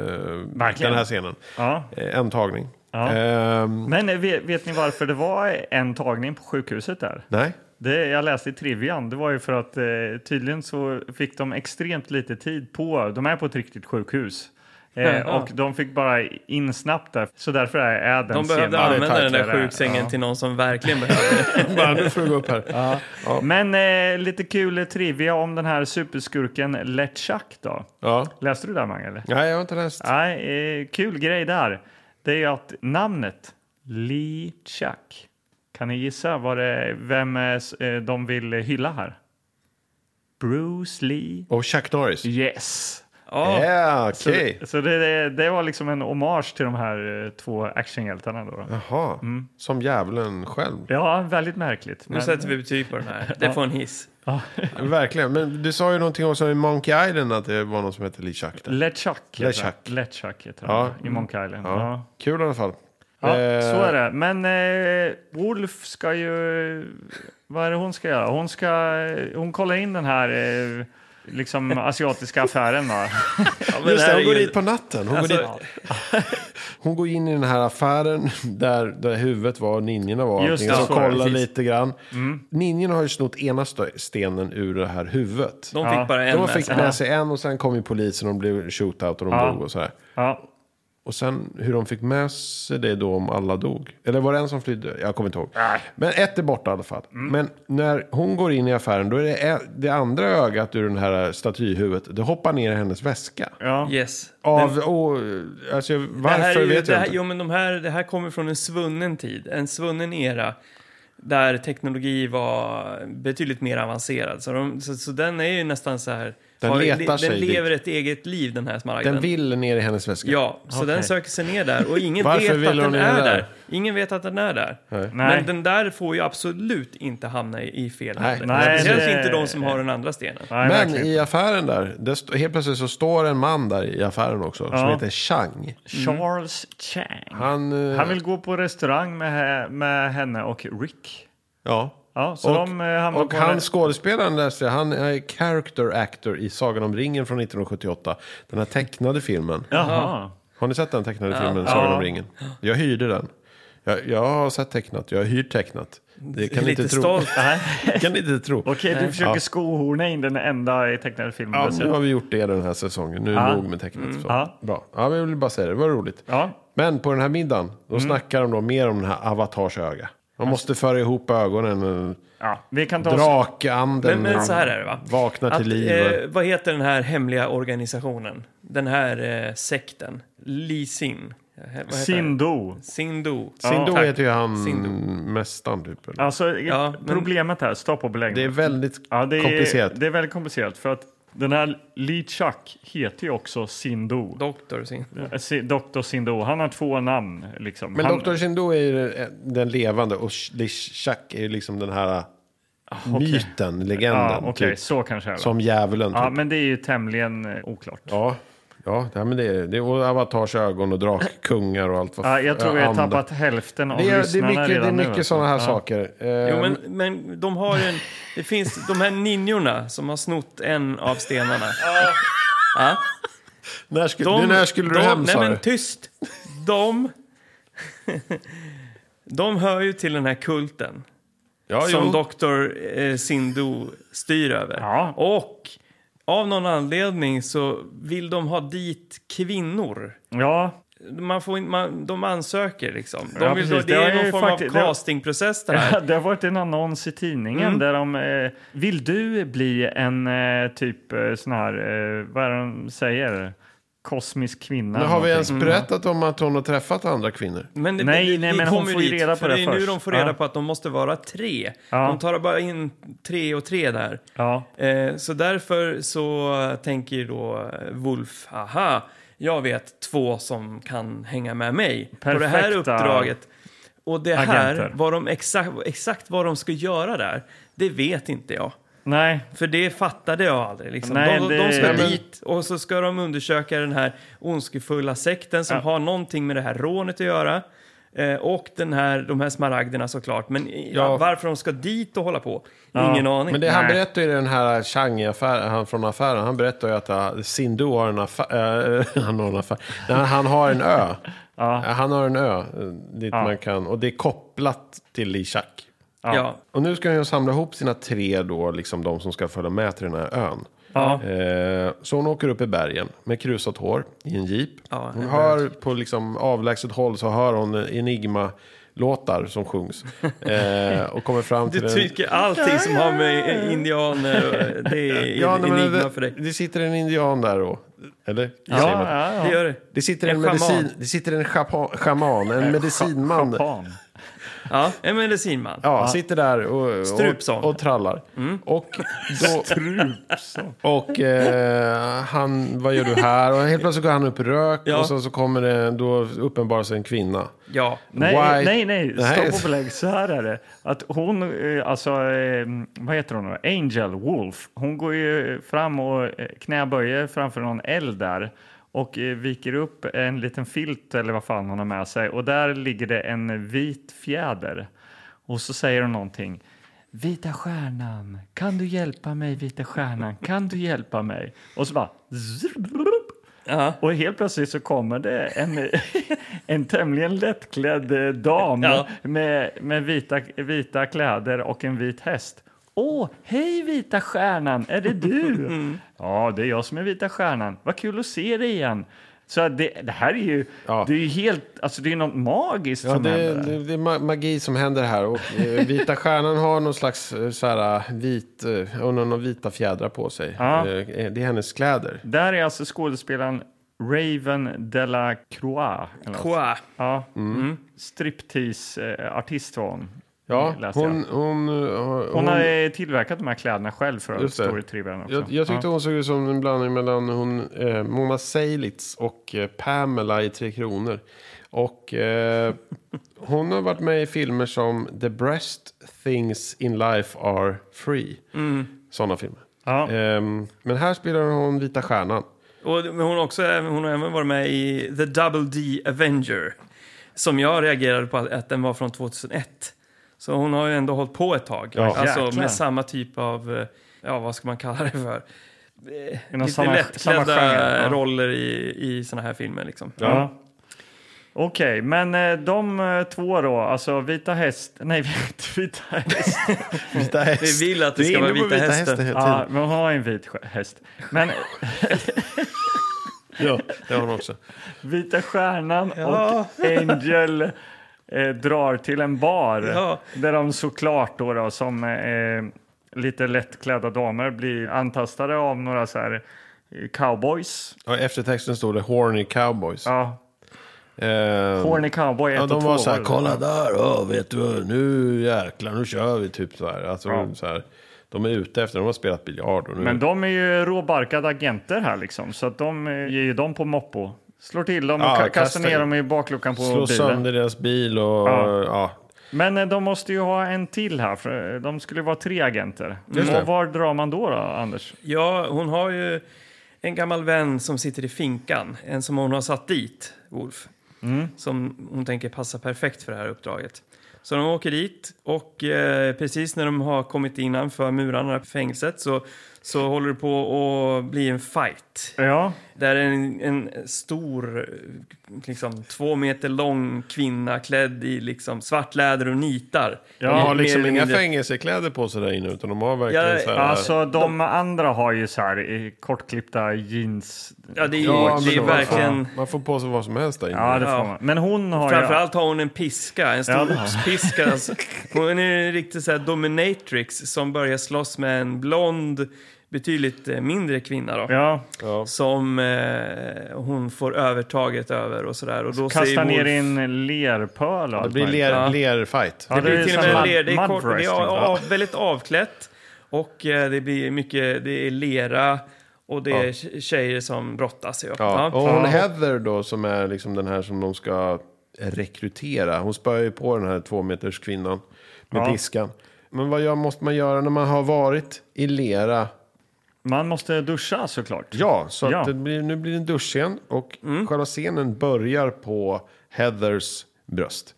S3: Den här scenen.
S2: Ja.
S3: Eh, En tagning.
S2: Ja.
S3: Ehm,
S2: Men eh, vet, vet ni varför det var en tagning på sjukhuset där?
S3: nej.
S2: Det jag läste i trivian, det var ju för att eh, tydligen så fick de extremt lite tid på, de är på ett riktigt sjukhus. Eh,
S1: Ja.
S2: och de fick bara in snabbt där, så därför är, är den
S1: De behövde
S2: scenen-
S1: använda den där
S2: tajtare.
S1: sjuksängen till någon som verkligen behövde det.
S3: Bara, nu får du gå upp här. Ja.
S2: Men eh, lite kul trivia om den här superskurken LeChuck då. Läste du det där Mange? Eller?
S3: Nej, jag har inte läst.
S2: Nej, eh, kul grej där. Det är ju att namnet Lee Chuck. Kan ni gissa vad det, vem eh, s- eh, de vill hylla här? Bruce Lee.
S3: Och Chuck Norris. Ja,
S2: Yes.
S1: Ja,
S3: Eh,
S2: Så,
S3: okej.
S2: så det, det, det var liksom en hommage till de här eh, två actionhjältarna. Då.
S3: Jaha. Som djävulen själv.
S2: Ja, väldigt märkligt.
S1: nu
S2: men-
S1: sätter vi betyg på den här. Det får en hiss.
S3: Verkligen. Men du sa ju någonting också i Monkey Island att det var någon som hette Lee Chuck. Där.
S2: LeChuck heter
S3: LeChuck.
S2: han. LeChuck heter
S3: Ja.
S2: han i Monkey Island.
S3: Ja.
S2: Ja.
S3: Kul i alla fall.
S2: Ja,
S3: Eh,
S2: så är det. Men eh, Wolf ska ju... Vad är det hon ska göra? Hon, ska, eh, hon kollar in den här eh, liksom asiatiska affären, va?
S1: Ja, men
S3: Just
S1: här är
S3: det, hon går
S1: ju-
S3: dit på natten. Hon, går dit, hon går in i den här affären där, där huvudet var och ninjorna var. och
S2: Just
S3: allting,
S2: det,
S3: och så
S2: så är det,
S3: kollar
S1: precis.
S3: lite grann. Ninjorna har ju snott ena st- stenen ur det här huvudet.
S1: De fick
S2: Ja,
S1: bara en
S3: De
S1: med
S3: fick
S1: sig.
S3: med sig en och sen kom ju polisen och de blev shootout och de
S2: Ja.
S3: dog och sådär.
S2: Ja.
S3: Och sen hur de fick med sig det då om alla dog. Eller var det en som flydde? Jag kommer inte ihåg. Men ett är borta i alla fall. Men när hon går in i affären då är det, en, det andra ögat ur den här statyhuvudet. Det hoppar ner i hennes väska.
S2: Ja.
S1: Yes.
S3: Av, och, alltså,
S1: Det här är
S3: varför
S1: ju,
S3: vet
S1: det
S3: jag
S1: här,
S3: inte.
S1: Jo, men de här, det här kommer från en svunnen tid, en svunnen era där teknologi var betydligt mer avancerad. Så, de, så, så den är ju nästan så här...
S3: Den
S1: ju-
S3: letar
S1: den
S3: sig
S1: lever ett eget liv, den här smaragden.
S3: Den vill ner i hennes väska.
S1: Ja, så den söker sig ner där och ingen
S3: Varför
S1: vet
S3: vill
S1: att den
S3: hon
S1: är
S3: in
S1: där?
S3: där?
S1: Ingen vet att den är där.
S2: Nej.
S1: Men den där får ju absolut inte hamna i, i fel
S3: Nej.
S1: händer.
S2: Nej,
S1: Speciellt
S2: det-
S1: inte de som har den andra stenen.
S2: Nej,
S3: Men
S2: verkligen.
S3: i affären där, det st- helt plötsligt så står en man där i affären också som
S2: Ja.
S3: heter Chang.
S2: Charles Chang.
S3: Han, eh,
S2: Han vill gå på restaurang med, he- med henne och Rick.
S3: ja,
S2: Ja, så
S3: Och-
S2: de eh, hamnar
S3: Och
S2: på
S3: han skådespelaren läste jag, han är character actor i Sagan om ringen från 1978. Den här tecknade filmen.
S2: Jaha.
S3: Har ni sett den tecknade filmen Sagan
S2: Ja.
S3: om ringen? Jag hyrde den. Jag, jag har sett tecknat, jag har hyrt tecknat. Det kan ni
S1: Lite
S3: inte tro.
S1: stolt.
S3: kan ni inte tro.
S2: Okej, du försöker skohorna in den enda i tecknade filmen.
S3: Ja,
S2: du
S3: nu
S2: sett.
S3: har vi gjort det den här säsongen. Nu är det nog med tecknat.
S1: Mm.
S3: Så.
S2: Ja.
S3: Bra. Ja, men jag ville bara säga det, det var roligt.
S2: Ja.
S3: Men på den här middagen,
S1: Mm.
S3: då snackar de då mer om den här avatars öga. Man måste föra ihop ögonen,
S2: ja. Vi kan ta oss...
S3: drakanden.
S1: Men, men så här är det va?
S3: Vakna till liv.
S1: Eh, vad heter den här hemliga organisationen? Den här eh, sekten? Lee Sin? Eh, vad heter den?
S2: Sindo.
S1: Sindo.
S3: Sindo
S1: tack.
S3: heter ju han
S1: Sindo.
S3: mästaren typ. eller?
S2: Alltså,
S1: men-
S2: problemet här, stopp och belägg.
S3: Det är väldigt
S2: Ja, det är,
S3: komplicerat.
S2: Det är väldigt komplicerat för att den här Lee Chuck heter ju också Sindo. Eh,
S1: Doktor Sin.
S2: Doktor Sindo. Han har två namn liksom.
S3: Men
S2: han,
S3: Dr. Shindo är ju den levande och Sh- Lishak är ju liksom den här myten, legenden.
S2: Ja, Ah, okej,
S3: typ,
S2: så kanske det är. va?
S3: som djävulen.
S2: Ja,
S3: typ.
S2: men det är ju tämligen eh, oklart. Ja.
S3: Ja, ja, ja, men det är det. är- Och Avatars ögon och drakkungar och allt vad
S2: jag tror vi
S3: ja,
S2: har
S3: andra.
S2: tappat hälften av
S3: Det är, det är
S2: lyssnarna
S3: mycket, det
S2: redan
S3: är
S2: nu,
S3: mycket
S2: alltså.
S3: sådana här
S2: ja.
S3: saker. Eh,
S1: Jo, men, men de har en... Det finns de här ninjorna som har snott en av stenarna. Ja.
S3: när, skulle,
S1: De,
S3: nu när skulle
S1: de,
S3: du hem
S1: Nej
S3: sa
S1: men
S2: typ
S3: du?
S1: tyst! De... De hör ju till den här kulten
S3: Ja,
S1: som
S3: jo.
S1: doktor eh, Sindo styr över.
S2: Ja.
S1: Och av någon anledning så vill de ha dit kvinnor.
S2: Ja,
S1: Man får in, man, de ansöker liksom. De
S2: Ja,
S1: vill då,
S2: precis.
S1: det
S2: Det
S1: är
S2: har
S1: någon
S2: ju
S1: form
S2: fakti-
S1: av
S2: det har-
S1: castingprocess det här.
S2: Ja, det har varit en annons i tidningen
S3: Mm.
S2: där de... Eh, vill du bli en eh, typ eh, sån här... Eh, vad är det de säger? kosmisk kvinna.
S3: Men har vi
S2: eller
S3: ens
S2: någonting.
S3: berättat om att hon har träffat andra kvinnor?
S1: Men det-
S2: Nej,
S1: det-
S2: nej,
S1: vi
S2: men hon
S1: kommer
S2: får ju
S1: dit,
S2: reda på
S1: för
S2: det
S1: Det är nu
S2: först.
S1: de får reda
S2: Ja.
S1: på att de måste vara tre.
S2: Ja.
S1: De tar bara in tre och tre där.
S2: Ja.
S1: Eh, så därför så tänker ju då eh, Wolf, aha, jag vet två som kan hänga med mig på det här
S2: Perfekta
S1: uppdraget. Och det här,
S2: agenter.
S1: vad de exakt, exakt vad de ska göra där, det vet inte jag.
S2: Nej,
S1: För det fattade jag aldrig. Liksom.
S2: Nej,
S1: de, de
S2: det-
S1: ska
S2: Nej, men-
S1: dit och så ska de undersöka den här ondskefulla sekten som
S2: Ja.
S1: har någonting med det här rånet att göra. Eh, och den här, de här smaragderna såklart. Men i-
S3: Ja.
S1: varför de ska dit och hålla på? Ingen aning.
S3: Men det han
S2: Nej.
S3: berättar ju i den här Chang-affären, han från affären, han berättar ju att ah, Sindhu har en affär, han har en affär, Nej, han har en ö. Äh, Han har en ö eh, dit man kan, och det är kopplat till Ishak.
S1: ja.
S3: Och nu ska hon ju samla ihop sina tre då, liksom de som ska följa med till den här ön.
S2: Ja.
S3: Eh, så hon åker upp i bergen med krusat hår i en jeep.
S1: Ja,
S3: hon
S1: en
S3: hör på liksom avlägset håll så hör hon Enigma-låtar som sjungs. Eh, och kommer fram till
S1: Du
S3: en...
S1: tycker allting som har med eh, indianer eh, det är
S3: Ja, nej, men
S1: enigma
S3: det,
S1: för dig.
S3: det sitter en indian där då. Eller?
S2: ja,
S3: Säger man.
S2: ja, ja.
S1: Det gör det.
S3: Det sitter en,
S1: En schaman.
S3: medicin, det sitter en schapa- schaman, en medicinman.
S2: Japan.
S1: Ja, en medicinman.
S3: Ja, sitter där och,
S1: Strupsång.
S3: och, och trallar. Och, då, och eh, han, vad gör du här? Och helt plötsligt går han upp i rök
S1: Ja.
S3: och sen så kommer det, då uppenbarar sig en kvinna.
S1: Ja.
S2: Nej,
S3: Why-
S2: nej, nej,
S3: Nej.
S2: stopp och belägg. Så här är det. Att hon, eh, alltså, eh, vad heter hon nu? Angel Wolf. Hon går ju fram och eh, knäböjer framför någon eld där och eh, viker upp en liten filt eller vad fan hon har med sig och där ligger det en vit fjäder. Och så säger hon någonting. Vita stjärnan, kan du hjälpa mig, vita stjärnan, kan du hjälpa mig? Och så bara...
S1: Ja.
S2: Och helt plötsligt så kommer det en, en tämligen lättklädd eh, dam
S1: Ja.
S2: med, med vita, vita kläder och en vit häst. Åh, hej vita stjärnan, är det du?
S3: Mm.
S2: Ja, det är jag som är vita stjärnan. Vad kul att se dig igen. Så att det, det här är ju,
S3: Ja.
S2: det är ju helt, alltså det är något magiskt
S3: Ja,
S2: som
S3: det,
S2: händer.
S3: det, det är ma- magi som händer här. Och, eh, vita stjärnan har någon slags eh, så här, eh, vit, eh, hon har någon vita fjädrar på sig.
S2: Ja.
S3: Eh, eh, Det är hennes kläder.
S2: Där är alltså skådespelaren Raven de la Croix. eller något.
S1: Kua.
S2: Ja. Striptease-artist var hon.
S3: Mm. Ja,
S2: läste jag.
S3: hon, hon, eh, har-
S2: Hon har eh, tillverkat de här kläderna själv för att
S3: Just det.
S2: stå i trivialen också.
S3: Jag, jag tyckte hon såg ut som en blandning mellan hon, eh, Mona Seilitz och eh, Pamela i Tre Kronor. Och eh, hon har varit med i filmer som The Breast Things in Life Are Free. Sådana filmer.
S2: Ja.
S3: Ehm, men här spelar hon Vita Stjärnan.
S1: Och, men hon, har också, hon har även varit med i The Double D Avenger. Som jag reagerade på att, att den var från 2001. Så hon har ju ändå hållit på ett tag.
S3: Ja.
S1: alltså
S2: Jäklar.
S1: med samma typ av, eh, ja vad ska man kalla det för?
S2: Inom
S1: Lite
S2: samma-
S1: lättklädda
S2: samma genre, ja.
S1: roller i, i såna här filmer liksom.
S2: Ja. Okej, men eh, de eh, två då, alltså Vita häst... Nej, inte Vita häst.
S3: Vita häst.
S1: Vi vill att det ska vara Vita hästen.
S2: ja, men hon har ju en vit sk- häst. Men
S3: Ja, det har hon också.
S2: Vita Stjärnan
S1: Ja.
S2: och Angel eh, drar till en bar
S1: Ja.
S2: där de såklart då, då som eh, lite lättklädda damer blir antastade av några så här eh, cowboys.
S3: Ja, efter texten står det Horny Cowboys.
S2: Ja,
S3: Ehm,
S2: Horny Cowboy 1
S3: Ja,
S2: och 2.
S3: de var så här,
S2: det.
S3: kolla där, oh, vet du, nu jäklar, nu kör vi, typ så här. Alltså,
S2: Ja.
S3: så här. De är ute efter, de har spelat biljard och nu...
S2: Men de är ju råbarkade agenter här liksom, så att de eh, ger ju dem på moppo. Slår till dem och
S3: Ja,
S2: ka- kastar,
S3: kastar-
S2: ner dem i bakluckan på
S3: Slå
S2: bilen.
S3: sönder deras bil och...
S2: Ja.
S3: Ja.
S2: Men eh, de måste ju ha en till här, för eh, de skulle vara tre agenter.
S3: Just det.
S2: Och var drar man då, då Anders?
S1: Ja, hon har ju en gammal vän som sitter i finkan. En som hon har satt dit, Wolf.
S3: Mm.
S1: Som hon tänker passa perfekt för det här uppdraget. Så de åker dit och eh, precis när de har kommit innanför murarna på fängelset så, så håller det på att bli en fight.
S2: Ja,
S1: Där en, en stor, eh, liksom två meter lång kvinna klädd i liksom svart läder och nitar.
S2: Ja,
S3: De har
S1: Mer
S3: liksom
S1: eller
S3: inga
S1: mindre-
S3: fängelsekläder på sig där inne, utan de har verkligen
S1: Ja,
S3: så här...
S2: alltså de, andra har ju så här eh, kortklippta jeans.
S1: Ja, det är,
S3: Ja, men
S1: det är
S3: vad fan.
S1: verkligen...
S3: Man får på sig vad som helst där inne.
S2: Ja, det får
S1: Ja.
S2: man. Men hon har ju...
S1: Framförallt har hon en piska, en stor
S2: Ja, det har hon.
S1: oxpiska. Alltså, hon är en riktig så här dominatrix som börjar slåss med en blond betydligt eh, mindre kvinna då.
S2: Ja,
S1: Som eh, hon får övertaget över och sådär. Och då
S2: kasta
S1: säger
S2: ner
S1: morf-
S2: i en lerpöl och
S3: Det
S2: allt
S3: blir
S2: möjligt.
S3: ler,
S1: Ja.
S3: lerfight.
S2: Ja,
S1: Det blir till och
S2: sån
S1: med
S2: mud-
S1: ler, det är, kort, det
S2: wrestling,
S1: är
S2: va?
S1: av, väldigt avklätt och eh, det blir mycket, det är lera och det är tje- tjejer som brottas. Ja.
S3: Ja.
S1: Ja.
S3: Och hon Heather då, som är liksom den här som de ska rekrytera. Hon spöar ju på den här tvåmeters kvinnan med
S2: Ja.
S3: diskan. Men vad gör, måste man göra när man har varit i lera?
S2: Man måste duscha såklart.
S3: Ja, så
S2: Ja.
S3: Att det blir, nu blir det en duschscen och
S1: Mm.
S3: själva scenen börjar på Heathers bröst.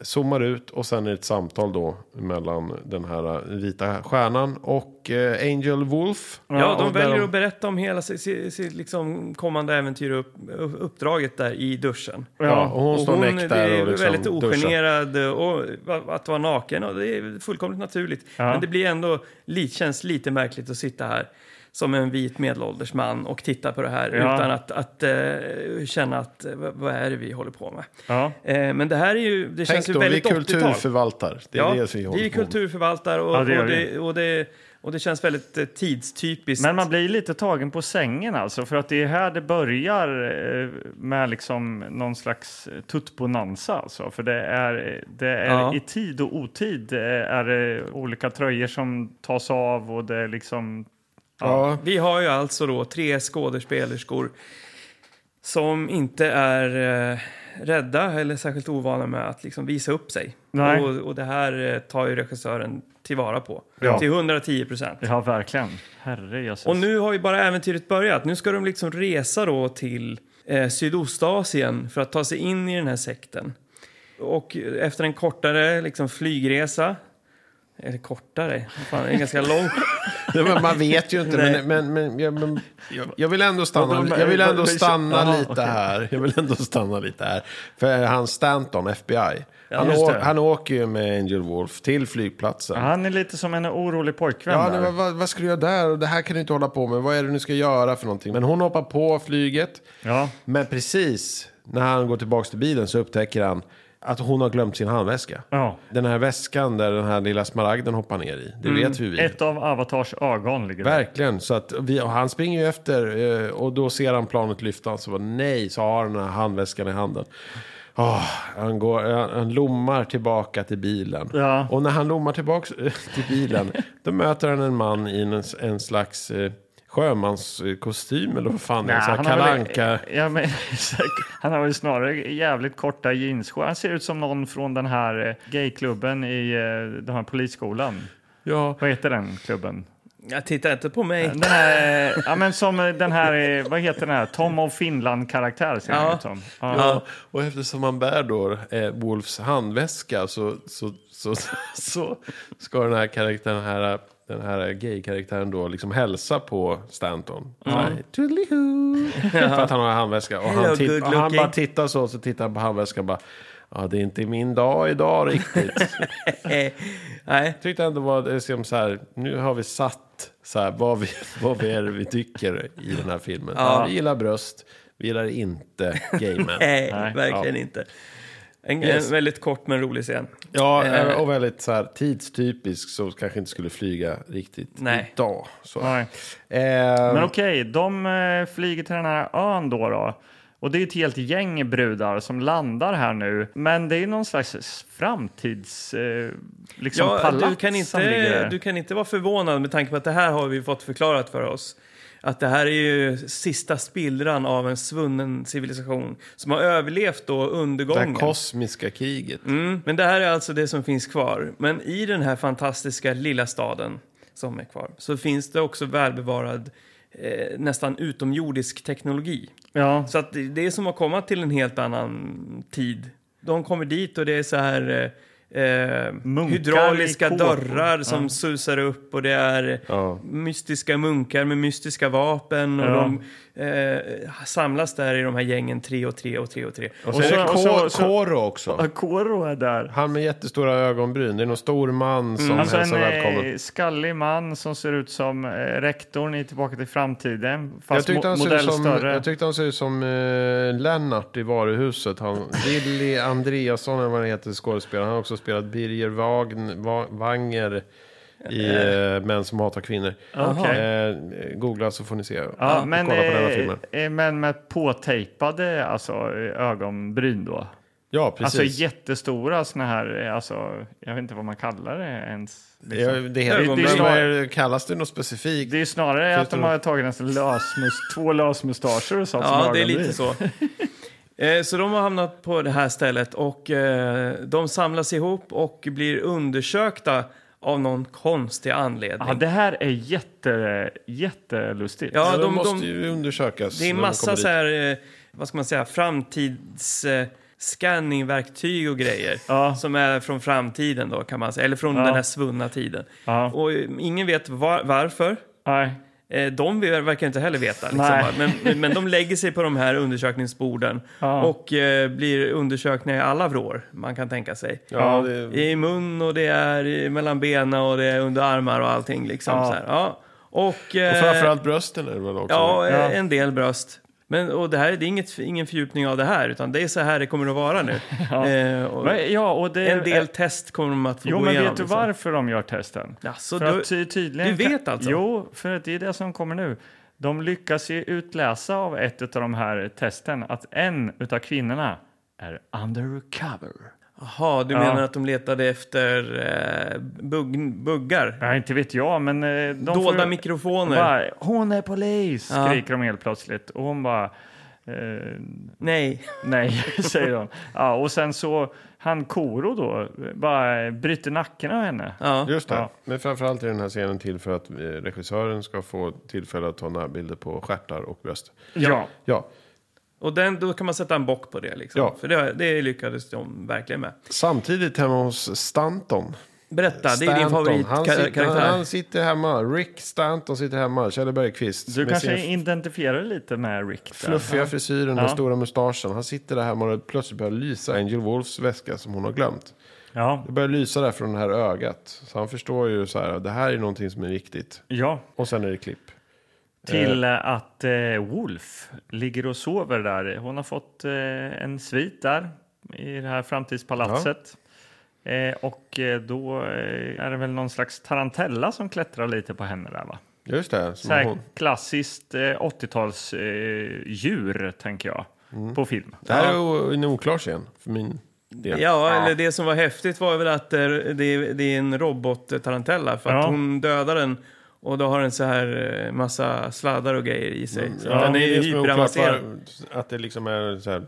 S3: Zoomar ut och sen är det ett samtal då mellan den här vita stjärnan och eh, Angel Wolf.
S1: Ja, de
S3: Och
S1: väljer
S3: där
S1: att berätta om hela sitt, sitt, sitt liksom kommande äventyr och upp, uppdraget där i duschen.
S3: Ja, och hon står näck
S1: det
S3: där
S1: är
S3: och liksom
S1: väldigt
S3: duschar.
S1: ogenerad och att vara naken och det är fullkomligt naturligt.
S2: Ja.
S1: Men det blir ändå, li- känns lite märkligt att sitta här som en vit medelålders man och titta på det här
S2: Ja.
S1: utan att, att eh, känna att eh, vad- vad är det vi håller på med.
S2: Ja.
S1: Eh, men det här är ju, det
S3: Tänk
S1: känns ju
S3: då, vi är
S1: väldigt 80-tal.
S3: kulturförvaltare. Det är
S1: Ja,
S3: det som vi håller
S1: vi är
S3: på med.
S1: kulturförvaltare och,
S2: Ja, det gör
S1: och,
S2: vi.
S1: det, och, det, och det känns väldigt eh, tidstypiskt.
S2: Men man blir lite tagen på sängen alltså, för att det är här det börjar eh, med liksom någon slags tuttbonanza alltså. För det är, det är
S1: Ja.
S2: i tid och otid eh, är det olika tröjor som tas av och det är liksom...
S3: Ja,
S1: Vi har ju alltså då tre skådespelerskor som inte är eh, rädda eller särskilt ovana med att liksom visa upp sig.
S2: Nej.
S1: Och, och det här eh, tar ju regissören tillvara på.
S2: Ja.
S1: Till 110 procent.
S2: Ja, verkligen. Herre jösses.
S1: Och nu har ju bara äventyret börjat. Nu ska de liksom resa då till eh, Sydostasien för att ta sig in i den här sekten. Och eh, efter en kortare liksom, flygresa, eller kortare, fan, det är ganska lång.
S3: Ja, men man vet ju inte.
S1: Nej.
S3: men, men, men, jag, men jag, jag vill ändå stanna, jag vill ändå stanna lite här. Jag vill ändå stanna lite här. För han Stanton, FBI. Han,
S2: just
S3: å,
S2: det.
S3: han åker ju med Angel Wolf till flygplatsen.
S2: Han är lite som en orolig pojkvän
S3: Ja,
S2: där.
S3: nej, men vad, vad ska du göra där? Och Det här kan du inte hålla på med. Vad är det du ska göra för någonting? Men hon hoppar på flyget.
S2: Ja.
S3: Men precis när han går tillbaka till bilen så upptäcker han att hon har glömt sin handväska.
S2: Ja.
S3: Den här väskan där den här lilla smaragden hoppar ner i. Det vet vi.
S2: Mm. Ett av Avatars ögon ligger där.
S3: Verkligen. Så att vi, och han springer ju efter eh, och då ser han planet lyfta. Så bara, nej, så har han den här handväskan i handen. Åh, han, går, han, han lommar tillbaka till bilen.
S2: Ja.
S3: Och när han lommar tillbaka till bilen då möter han en man i en, en slags eh, sjömanskostym eller vad fan det är.
S2: Nej,
S3: Så här
S2: har väl-
S3: kalanka.
S2: ja, men, säkert. han har väl snarare jävligt korta jeansskor. Han ser ut som någon från den här eh, gayklubben i eh, den här polisskolan.
S3: Ja.
S2: Vad heter den klubben?
S1: Jag tittar inte på mig.
S2: Den här, eh, ja, men som eh, den här, eh, vad heter den här, Tom of Finland-karaktär ser han
S1: Ja.
S2: ut som. Ja.
S3: Ja, och eftersom han bär då eh, Wolfs handväska så, så, så, så ska den här karaktären här den här gay-karaktären då liksom hälsa på Stanton. Så här, "Toodaloo." För att han har en handväska. Och han,
S1: Hello,
S3: titt-
S1: good
S3: och han
S1: looking.
S3: bara tittar så, så tittar han på handväskan och bara Ja, det är inte min dag idag riktigt.
S1: Eh, Nej.
S3: Tyckte ändå var det som så här, nu har vi satt så här, vad, vi, vad vi är det vi tycker i den här filmen.
S1: Ja.
S3: Vi gillar bröst, vi gillar inte gay män.
S1: Nej,
S2: Nej,
S1: verkligen inte. En,
S3: Yes.
S1: en väldigt kort men rolig scen.
S3: Ja,
S1: Eh.
S3: eh, och väldigt så här, tidstypisk så kanske inte skulle flyga riktigt
S1: Nej.
S3: idag. Så.
S2: Nej.
S3: Ehm,
S2: Men okej, de eh, flyger till den här ön då. då. Och det är ett helt gäng brudar som landar här nu. Men det är någon slags framtids... Eh, liksom
S1: Ja,
S2: palats
S1: du, kan
S2: som ligger
S1: inte,
S2: där.
S1: du kan inte vara förvånad med tanke på att det här har vi fått förklarat för oss. Att det här är ju sista spillran av en svunnen civilisation som har överlevt då
S3: det
S1: undergången.
S3: här kosmiska kriget.
S1: Mm, men det här är alltså det som finns kvar. Men i den här fantastiska lilla staden som är kvar så finns det också välbevarad eh, nästan utomjordisk teknologi.
S2: Ja.
S1: Så att det- det är som att komma till en helt annan tid. De kommer dit och det är så här eh, eh,
S2: Munkar i
S1: hydrauliska
S2: kåpor.
S1: dörrar som susar upp och det är
S3: Ja.
S1: mystiska munkar med mystiska vapen och
S2: Ja.
S1: de eh, samlas där i de här gängen tre och tre och tre och tre.
S3: Och
S2: Och
S3: sen är det
S2: så- och
S3: Ko-
S2: så- så-
S3: Koro också.
S2: Akoro är där.
S3: Han med jättestora ögonbryn. Det är någon stor man som
S2: Alltså en
S3: hälsar välkommen.
S2: eh, skallig man som ser ut som eh, rektorn i Tillbaka till framtiden.
S3: Jag
S2: Fast
S3: tyckte,
S2: mo-
S3: han ser
S2: modell
S3: ut som,
S2: större.
S3: jag tyckte han såg ut som eh, Lennart i varuhuset. Han, Willy Andreasson eller vad han heter, skådespelaren. Han har också spelat Birger Wagn, Va, Wanger i eh, Män som hatar kvinnor.
S2: Okej.
S3: Eh, googla så får ni se.
S2: Ja, men,
S3: kolla på den här
S2: eh,
S3: filmen.
S2: eh, men med påtejpade alltså, ögonbryn då?
S3: Ja, precis.
S2: Alltså jättestora såna här, eh, alltså, jag vet inte vad man kallar det ens.
S3: Ja, det är helt,
S2: Ögonbryn.
S3: men, kallas det något specifikt?
S2: Det är ju snarare
S3: Finns
S2: att de
S3: det-
S2: har tagit nästan lösmus, två lösmustascher och satt
S1: Ja,
S2: som
S1: det är
S2: ögonbryn.
S1: lite så. Eh, Så de har hamnat på det här stället och eh, de samlas ihop och blir undersökta av någon konstig anledning.
S2: Ja, det här är jätte, jättelustigt.
S1: Ja,
S3: Ja,
S1: de-
S3: de
S1: de-
S3: måste ju undersökas.
S1: Det är
S3: när de
S1: massa
S3: kommer dit.
S1: så här, eh, vad ska man säga, framtids... eh, Scanningverktyg och grejer
S2: Ja.
S1: som är från framtiden då kan man säga, eller från
S2: Ja.
S1: den här svunna tiden.
S2: Ja.
S1: Och eh, ingen vet var, varför.
S2: Nej.
S1: Eh, De verkar inte heller veta. Liksom,
S2: Nej.
S1: va? men, men de lägger sig på de här undersökningsborden
S2: Ja.
S1: och eh, blir undersökningar i alla vrår man kan tänka sig.
S3: Ja, det,
S1: I mun och det är i- mellan benen och det är under armar och allting. Liksom,
S2: Ja.
S1: Så här. Ja. Och,
S3: och
S1: eh,
S3: framförallt brösten är det väl också?
S1: ja, eh,
S2: Ja.
S1: en del bröst. Men, och det här det är inget, ingen fördjupning av det här, utan det är så här det kommer att vara nu. Eh, och
S2: Men, ja, och det,
S1: en del test kommer de att få
S2: Jo,
S1: gå
S2: men
S1: igenom.
S2: vet du
S1: liksom.
S2: varför de gör testen?
S1: Jaså,
S2: för
S1: du-
S2: att ty- tydligen
S1: du vet alltså?
S2: Jo, för att det är det som kommer nu. De lyckas ju utläsa av ett av de här testen att en av kvinnorna är undercover.
S1: Jaha, du menar att de letade efter eh, bugg, buggar?
S2: Nej, inte vet jag, men... eh, De får
S1: Dolda
S2: ju-
S1: mikrofoner?
S2: Bara, hon är polis,
S1: Ja.
S2: skriker de helt plötsligt. Och hon bara... Eh,
S1: Nej.
S2: Nej, säger de. Ja, och sen så han Koro då bara bryter nacken av henne.
S1: Ja.
S3: Just det.
S2: Ja.
S3: Men framförallt är den här scenen till för att eh, regissören ska få tillfälle att ta närbilder på stjärtar och bröst.
S2: Ja.
S3: Ja,
S1: Och den, då kan man sätta en bock på det. Liksom.
S3: Ja.
S1: För det, det lyckades de verkligen med.
S3: samtidigt hemma hos Stanton.
S1: Berätta, det är din
S3: Stanton. Han sitter, han,
S1: favoritkaraktär.
S3: han sitter hemma. Rick Stanton sitter hemma. Kjell Bergqvist.
S2: Du
S3: med
S2: kanske
S3: sin
S2: identifierar dig lite med Rick där.
S3: fluffiga frisyren
S2: Ja.
S3: och stora mustaschen. Han sitter där hemma och plötsligt börjar lysa Angel Wolfs väska som hon har glömt.
S2: Ja,
S3: Det börjar lysa där från det här ögat. Så han förstår ju så här, det här är någonting som är viktigt.
S2: ja.
S3: Och sen är det klipp.
S2: Till eh, att eh, Wolf ligger och sover där. Hon har fått eh, en svit där i det här framtidspalatset. Eh, och eh, då eh, är det väl någon slags tarantella som klättrar lite på henne där va?
S3: Just det. Som
S2: Så här
S3: hon...
S2: klassiskt eh, 80-tals eh, djur tänker jag på film.
S3: Mm. Det här är o- en oklar scen för min del.
S1: Ja, eller det som var häftigt var väl att eh, det, är- det är en robot-tarantella. För att
S2: Ja.
S1: hon dödar den och då har den så här eh, massa sladdar och grejer i sig. Så
S3: Ja,
S1: den är
S3: det
S1: ju
S3: som oklart
S1: hyperavancerad.
S3: var Att det liksom är så här,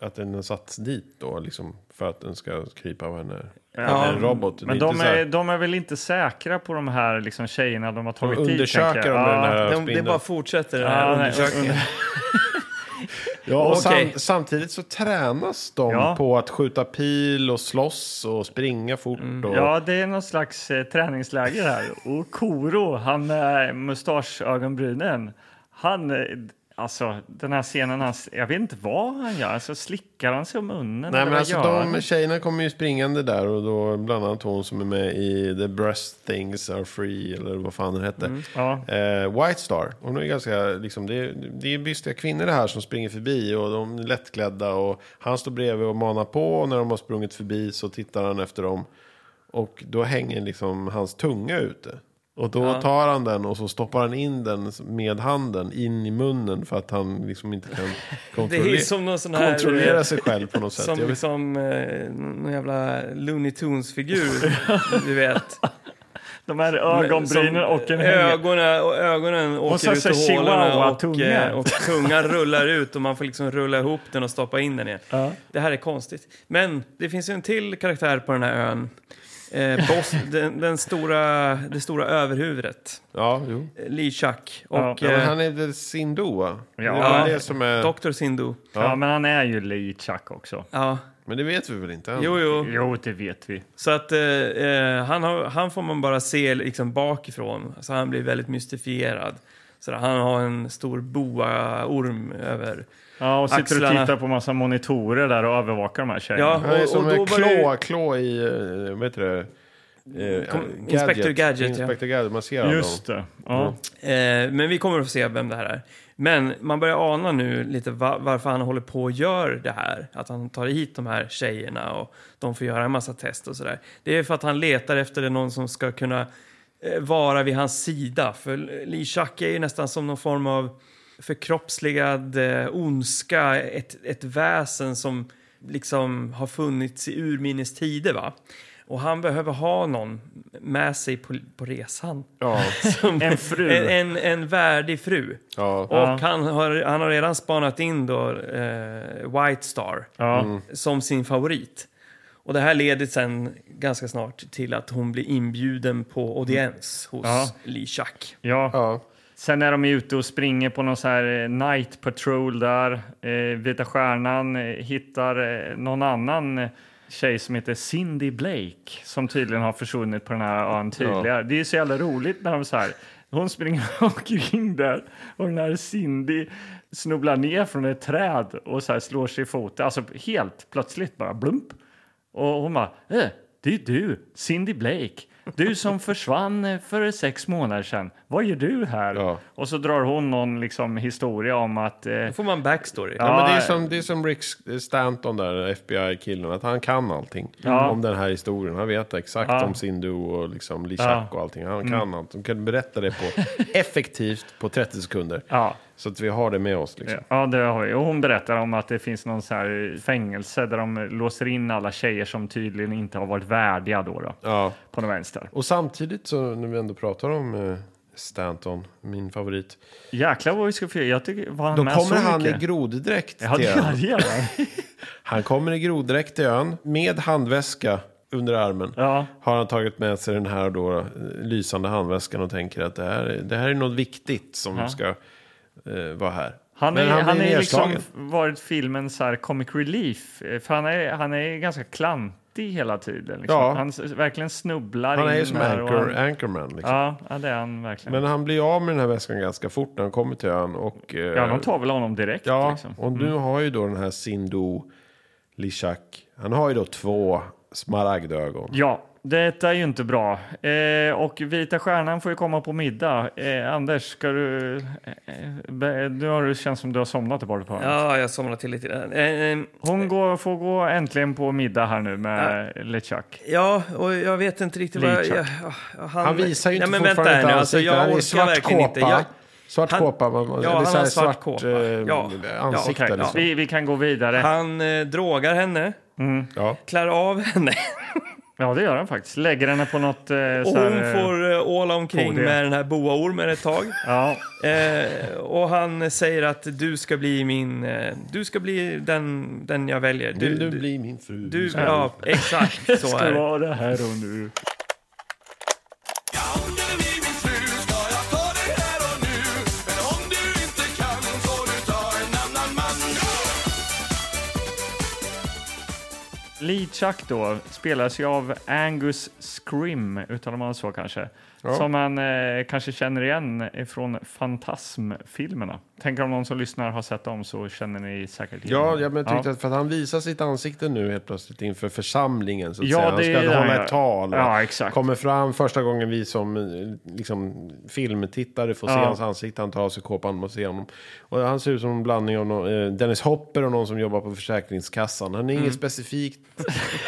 S3: att den har satts dit då liksom för att den ska krypa av henne. Ja, en robot.
S2: Men
S3: det är
S2: de
S3: inte så här,
S2: är, de är väl inte säkra på de här liksom, tjejerna de har tagit hit?
S3: de
S2: tänker
S3: undersöker
S2: jag.
S3: om den här
S1: De, det
S3: spindeln.
S1: bara fortsätter den
S2: Ja,
S1: här
S2: nej,
S1: undersökningen.
S3: Ja, och
S1: Okej.
S3: sam, samtidigt så tränas de
S2: Ja.
S3: på att skjuta pil och slåss och springa fort. Och,
S2: Ja, det är någon slags eh, träningsläger här. Och Koro, han med mustaschögonbrynen, han... eh, Alltså, den här scenen, han, jag vet inte vad han gör. Alltså, slickar han sig om munnen?
S3: Nej,
S2: eller
S3: men
S2: vad
S3: alltså
S2: gör
S3: de
S2: han?
S3: tjejerna kommer ju springande där och då bland annat hon som är med i The Breast Things Are Free eller vad fan den hette.
S1: Mm,
S2: Ja.
S3: Eh, White Star, hon är ju ganska, liksom, det, är, det är bystiga kvinnor det här som springer förbi och de är lättklädda och han står bredvid och manar på och när de har sprungit förbi så tittar han efter dem och då hänger liksom hans tunga ute. Och då tar han den och så stoppar han in den med handen in i munnen för att han liksom inte kan
S1: Det
S3: kontrollera.
S1: är som någon sån här... eh,
S3: kontrollera sig själv på något sätt. Jag
S1: Som,
S3: vet,
S1: som eh, någon jävla Looney Tunes-figur, du vet.
S2: De här ögonbrynen
S1: Som-
S2: och en hänger.
S1: ögonen, och ögonen åker
S2: så
S1: ut
S2: ser
S1: ur hålorna och,
S2: chihuahua-tunga.
S1: eh, och tungan rullar ut och man får liksom rulla ihop den och stoppa in den igen. Det här är konstigt. Men det finns ju en till karaktär på den här ön. Eh, boss, den, den stora, det stora överhuvudet,
S3: ja, jo.
S1: eh, Lee Chuck
S2: Ja,
S1: och
S3: Ja, men
S1: eh,
S3: han är väl Sindhu, va?
S2: Ja.
S3: det är väl det som är...
S1: Dr. Sindhu.
S2: Ja, men han är ju Lee Chuck också.
S1: Ja,
S3: Men det vet vi väl inte än?
S1: jo, jo.
S2: Jo, det vet vi.
S1: Så att eh, eh, han, har, han får man bara se liksom bakifrån. Så han blir väldigt mystifierad. Så där, han har en stor boaorm över.
S2: Ja, och sitter
S1: Axlarna.
S2: och tittar på massa monitorer där och övervakar de här tjejerna.
S1: Ja,
S3: Han är
S1: och,
S3: som
S1: och då
S3: en klå,
S1: börjar ju-
S3: klå i, eh, vad heter det, eh,
S1: Kom- Inspector Gadget, ja.
S3: Inspector Gadget, man ser honom.
S2: Just det. Ja.
S1: Eh, men vi kommer att få se vem det här är. Men man börjar ana nu lite va- varför han håller på och gör det här. Att han tar hit de här tjejerna och de får göra en massa test och sådär. Det är för att han letar efter någon som ska kunna eh, vara vid hans sida. För Lee Chuck är ju nästan som någon form av förkroppsligad eh, ondska, ett, ett väsen som liksom har funnits i urminnes tider. Va? Och han behöver ha någon med sig på, på resan. Som-
S2: En fru.
S1: En, en, en värdig fru.
S3: Ja.
S1: Och han, har, han har redan spanat in då, eh, White Star
S2: Ja.
S1: som sin favorit. Och det här leder sen ganska snart till att hon blir inbjuden på audiens
S3: Mm.
S1: hos
S2: Ja.
S1: Lee Chuck.
S2: Ja.
S3: Ja.
S2: Sen är de ute och springer på någon så här eh, night patrol där. Eh, Vita Stjärnan eh, hittar eh, någon annan eh, tjej som heter Cindy Blake som tydligen har försvunnit på den här ön tydligare. Det är ju så jävla roligt när de så här hon springer omkring där och den här Cindy snubblar ner från ett träd och så här slår sig i foten. Alltså helt plötsligt bara blump. Och hon bara, eh, det är du, Cindy Blake. Du som försvann för sex månader sedan. Vad gör du här?
S3: Ja.
S2: Och så drar hon någon liksom, historia om att... Eh,
S1: Då får man backstory.
S3: Ja, men det, är
S2: Ja.
S3: som, det är som Rick Stanton där, FBI-killen, att han kan allting
S2: Ja.
S3: om den här historien. Han vet exakt
S2: Ja.
S3: om Sindu och liksom Lishak
S2: Ja.
S3: och allting. Han kan allt. De kan berätta det på effektivt på 30 sekunder.
S2: ja,
S3: Så att vi har det med oss. Liksom.
S2: ja, det har vi. Och hon berättar om att det finns någon så här fängelse där de låser in alla tjejer som tydligen inte har varit värdiga då, då
S3: Ja.
S2: på den vänster.
S3: Och samtidigt, så när vi ändå pratar om eh, Stanton, min favorit.
S2: Jäklar vad vi ska få Jag tycker, var han
S3: Då
S2: med så
S3: kommer han
S2: mycket?
S3: i groddräkt
S2: Ja, det
S3: till
S2: gör
S3: ön.
S2: det.
S3: Han kommer i groddräkt till ön med handväska under armen.
S2: Ja.
S3: Har han tagit med sig den här då, eh, lysande handväskan och tänker att det här, det här är något viktigt som ska eh, vara här.
S2: Han
S3: Men
S2: är, han
S3: blir
S2: är liksom
S3: nedslagen.
S2: varit filmens så här comic relief. eh, För han är, han är ganska klantig hela tiden. Liksom.
S3: Ja.
S2: Han s- verkligen snubblar
S3: Han
S2: in
S3: är ju som
S2: där och
S3: anchor,
S2: han,
S3: anchorman. Liksom.
S2: ja, ja, det är han verkligen.
S3: Men han blir av med den här väskan ganska fort när han kommer till ön. Och, eh,
S2: ja, de tar väl honom direkt.
S3: ja,
S2: liksom.
S3: och nu
S1: Mm.
S3: har ju då den här Sindhu Lishak, han har ju då två smaragdögon.
S2: ja detta är ju inte bra. Eh, och Vita Stjärnan får ju komma på middag. Eh, Anders, ska du... Eh, be- nu har det känts som du har somnat där borta på hörnet.
S1: Ja, jag somnade till lite där. Eh, eh,
S2: Hon går, får gå äntligen på middag här nu med ja. LeChuck.
S1: Ja, och jag vet inte riktigt vad... Jag,
S2: Lee
S1: jag,
S2: Chuck.
S1: han,
S3: Han visar ju
S1: Nej,
S3: inte
S1: men
S3: fortfarande
S1: vänta här
S3: inte
S1: nu, Alltså,
S3: ansiktet.
S1: jag
S3: han
S1: orkar
S3: är i svart
S1: verkligen inte.
S3: kåpa.
S1: Jag,
S3: Svart
S1: han-
S3: kåpa. Man,
S1: Ja,
S3: eller
S1: han
S3: så här
S1: har svart
S3: svart
S1: kåpa.
S3: eh,
S1: Ja.
S3: ansikte. liksom.
S1: Siktar
S2: Okej,
S3: eller så.
S2: vi, vi kan gå vidare.
S1: han eh, drogar henne,
S3: Ja.
S1: klär av henne.
S2: Ja, det gör han faktiskt. Lägger henne på något... Eh,
S1: Och
S2: så här,
S1: hon
S2: eh,
S1: får eh, åla omkring
S2: kod, ja.
S1: med den här boaormen ett tag.
S2: Ja,
S1: Eh, och han säger att du ska bli min... Eh, du ska bli den, den jag väljer.
S3: Du, du blir min fru. liksom.
S1: du, ja, exakt så är
S2: ska
S1: det.
S2: vara det här och nu.
S6: Om du blir min fru ska jag ta dig här och nu Men om du inte kan får du ta en annan man
S2: Lee Chuck då spelas ju av Angus Scrim, uttalar man så kanske. Som man eh, kanske känner igen från Fantasm-filmerna. Tänker om någon som lyssnar har sett dem så känner ni säkert igen
S3: Ja,
S2: dem.
S3: ja, men jag tyckte Att för att han visar sitt ansikte nu helt plötsligt inför församlingen. Så att
S2: Ja,
S3: säga. Han
S2: det är
S3: ska
S2: det han
S3: hålla
S2: gör.
S3: ett tal. och
S2: Ja, exakt.
S3: Kommer fram första gången vi som eh, liksom, filmtittare får se
S2: Ja.
S3: hans ansikte. Han tar av sig kåpan och ser honom. Och han ser ut som en blandning av någon, eh, Dennis Hopper och någon som jobbar på Försäkringskassan. Han är inget specifikt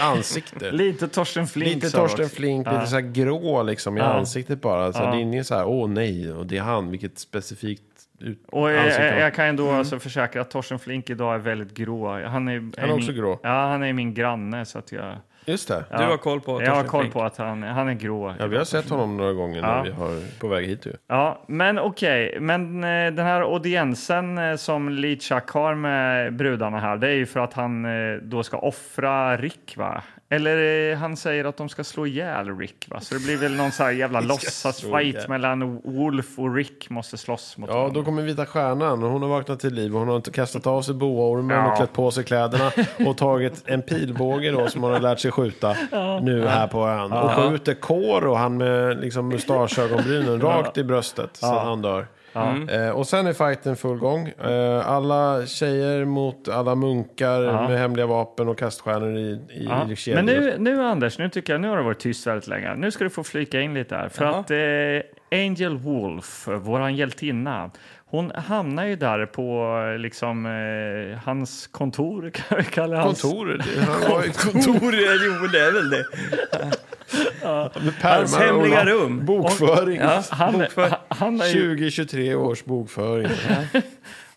S3: ansikte.
S2: Mm. Lite Torsten Flink
S3: Lite
S2: sa du
S3: Torsten
S2: också.
S3: Flink, lite så här grå liksom i ansiktet bara. Så här, Det är ingen så här, åh nej, och det är han, vilket specifikt ut-
S2: Och jag,
S3: ansikte.
S2: jag,
S3: han har.
S2: jag kan ändå alltså försäkra att Torsten Flink idag är väldigt grå. Han är, är
S3: Mm. är också
S2: min,
S3: grå.
S2: Ja, han är min granne så att jag...
S3: Just det.
S1: Du har koll på
S2: Jag har
S1: Torsten
S2: koll
S1: Flink.
S2: på att han, han är grå.
S3: Ja, vi har sett honom några gånger när
S2: Ja.
S3: vi har på väg hit ju.
S2: Ja, men okej. Men eh, den här audiensen eh, som Litchak har med brudarna här, det är ju för att han eh, då ska offra Rick, va? Eller eh, han säger att de ska slå ihjäl Rick, va? Så det blir väl någon så här jävla låtsasfight
S3: ihjäl.
S2: mellan Wolf och Rick måste slåss mot
S3: Ja,
S2: varandra.
S3: då kommer Vita Stjärnan. Hon har vaknat till liv och hon har inte kastat av sig boaormen
S2: Ja.
S3: och klätt på sig kläderna och tagit en pilbåge då som hon har lärt sig skjuta nu här på ön. Och skjuter Koro, han med liksom mustaschögonbrynen, rakt i bröstet så att han dör.
S2: Mm.
S3: Eh, och sen är fighten full gång. Eh, alla tjejer mot alla munkar med hemliga vapen och kaststjärnor i, i
S2: Ja.
S3: kedjor.
S2: Men nu, nu Anders, nu tycker jag nu har det varit tyst väldigt länge. Nu ska du få flika in lite här. För
S1: Jaha.
S2: att eh, Angel Wolf, våran hjältinna, hon hamnar ju där på eh, liksom eh, hans kontor, kan vi kalla hans...
S3: Kontor. det- Han har ju
S1: Kontor, jo det är väl det.
S3: pärmar
S1: Hans
S3: och
S1: hemliga rum.
S3: Bokföring.
S1: Ja.
S2: Han,
S1: Bokför-
S2: han, han, har ju,
S3: 2023 års bokföring.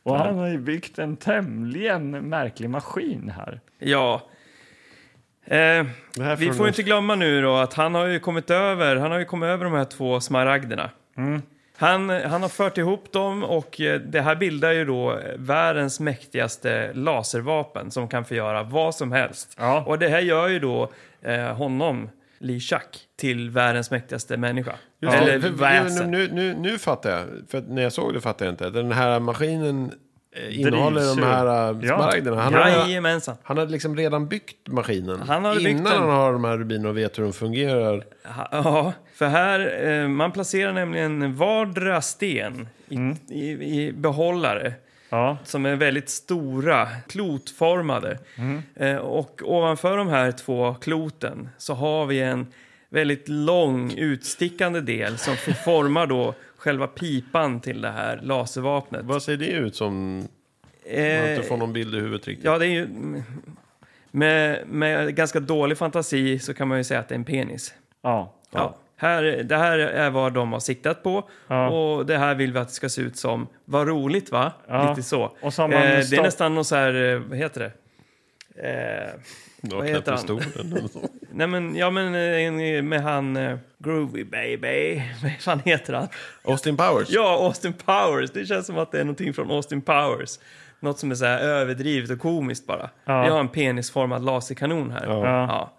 S2: och han har ju byggt en tämligen märklig maskin här.
S1: Ja. Eh,
S3: Det här
S1: vi
S3: från
S1: får
S3: en-
S1: inte glömma nu då att han har ju kommit över, han har ju kommit över de här två smaragderna.
S3: Mm.
S1: Han, han har fört ihop dem och eh, det här bildar ju då världens mäktigaste laservapen som kan förgöra vad som helst.
S2: Ja.
S1: Och det här gör ju då eh, honom, Li Shak, till världens mäktigaste människa.
S3: Just det.
S1: Eller
S3: För-
S1: väsen.
S3: nu, nu, nu fattar jag. För att när jag såg det fattade jag inte. Den här maskinen eh,
S2: Drivs
S3: innehåller
S2: ju.
S3: de här eh,
S2: Ja.
S3: smaragderna. Han, hade,
S1: Jajamensan.
S3: han hade liksom redan byggt maskinen.
S1: Han hade byggt
S3: innan
S1: den.
S3: han har de här rubinerna och vet hur de fungerar.
S1: Ha- Ja, för här, eh, man placerar nämligen vardera sten i,
S3: Mm.
S1: i, i behållare
S2: Ja.
S1: som är väldigt stora, klotformade.
S3: Mm.
S1: Eh, och ovanför de här två kloten så har vi en väldigt lång utstickande del som formar då själva pipan till det här laservapnet.
S3: Vad ser det ut som? Man inte
S1: Eh,
S3: får någon bild i huvudet riktigt.
S1: ja, det är ju... Med, med ganska dålig fantasi så kan man ju säga att det är en penis.
S2: Ja.
S1: Ja. Här, det här är vad de har siktat på
S2: Ja.
S1: och det här vill vi att det ska se ut som. Vad roligt va?
S2: Ja.
S1: Lite så.
S2: Och så har
S1: eh,
S2: man
S1: det är
S2: stopp-
S1: nästan någon så här, eh, vad heter det? Eh,
S3: det
S1: vad
S3: var
S1: heter
S3: knappt
S1: han?
S3: pistolen.
S1: nej men, ja men eh, en- med han eh, Groovy Baby, vad fan heter han?
S3: Austin Powers.
S1: Ja, Austin Powers. Det känns som att det är någonting från Austin Powers. Något som är så här överdrivet och komiskt bara. Vi har en penisformad laserkanon här. Ja.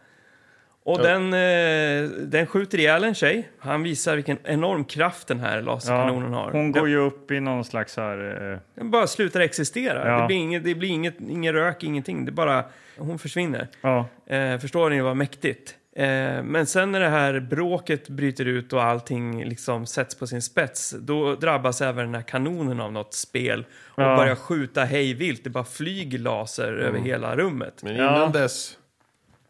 S1: Och Den, eh, den skjuter ihjäl en tjej. Han visar vilken enorm kraft den här
S2: Ja.
S1: laserkanonen har.
S2: Hon går ju upp i någon slags här... Eh,
S1: Den bara slutar existera.
S2: Ja.
S1: Det blir, inget, det blir inget, ingen rök, ingenting. Det bara, hon försvinner.
S2: ja.
S1: Eh, förstår ni vad mäktigt? Eh, men sen när det här bråket bryter ut och allting liksom sätts på sin spets, då drabbas även den här kanonen av något spel och
S2: Ja. Mm.
S1: börjar skjuta hejvilt. Det bara flyger laser över hela rummet.
S3: Men innan
S2: Ja.
S3: dess